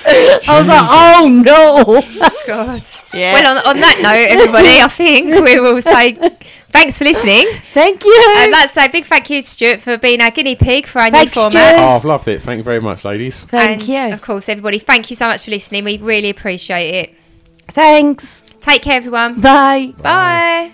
[SPEAKER 2] I was like, oh, no.
[SPEAKER 1] God.
[SPEAKER 2] Yeah.
[SPEAKER 1] Well, on, on that note, everybody, I think we will say thanks for listening.
[SPEAKER 2] Thank you.
[SPEAKER 1] Um, I'd like to say a big thank you to Stuart for being our guinea pig for our
[SPEAKER 2] Thanks,
[SPEAKER 1] new
[SPEAKER 2] Stuart.
[SPEAKER 1] format.
[SPEAKER 3] Oh, I've loved it. Thank you very much, ladies.
[SPEAKER 2] Thank
[SPEAKER 1] and
[SPEAKER 2] you.
[SPEAKER 1] Of course, everybody, thank you so much for listening. We really appreciate it.
[SPEAKER 2] Thanks.
[SPEAKER 1] Take care, everyone.
[SPEAKER 2] Bye.
[SPEAKER 1] Bye.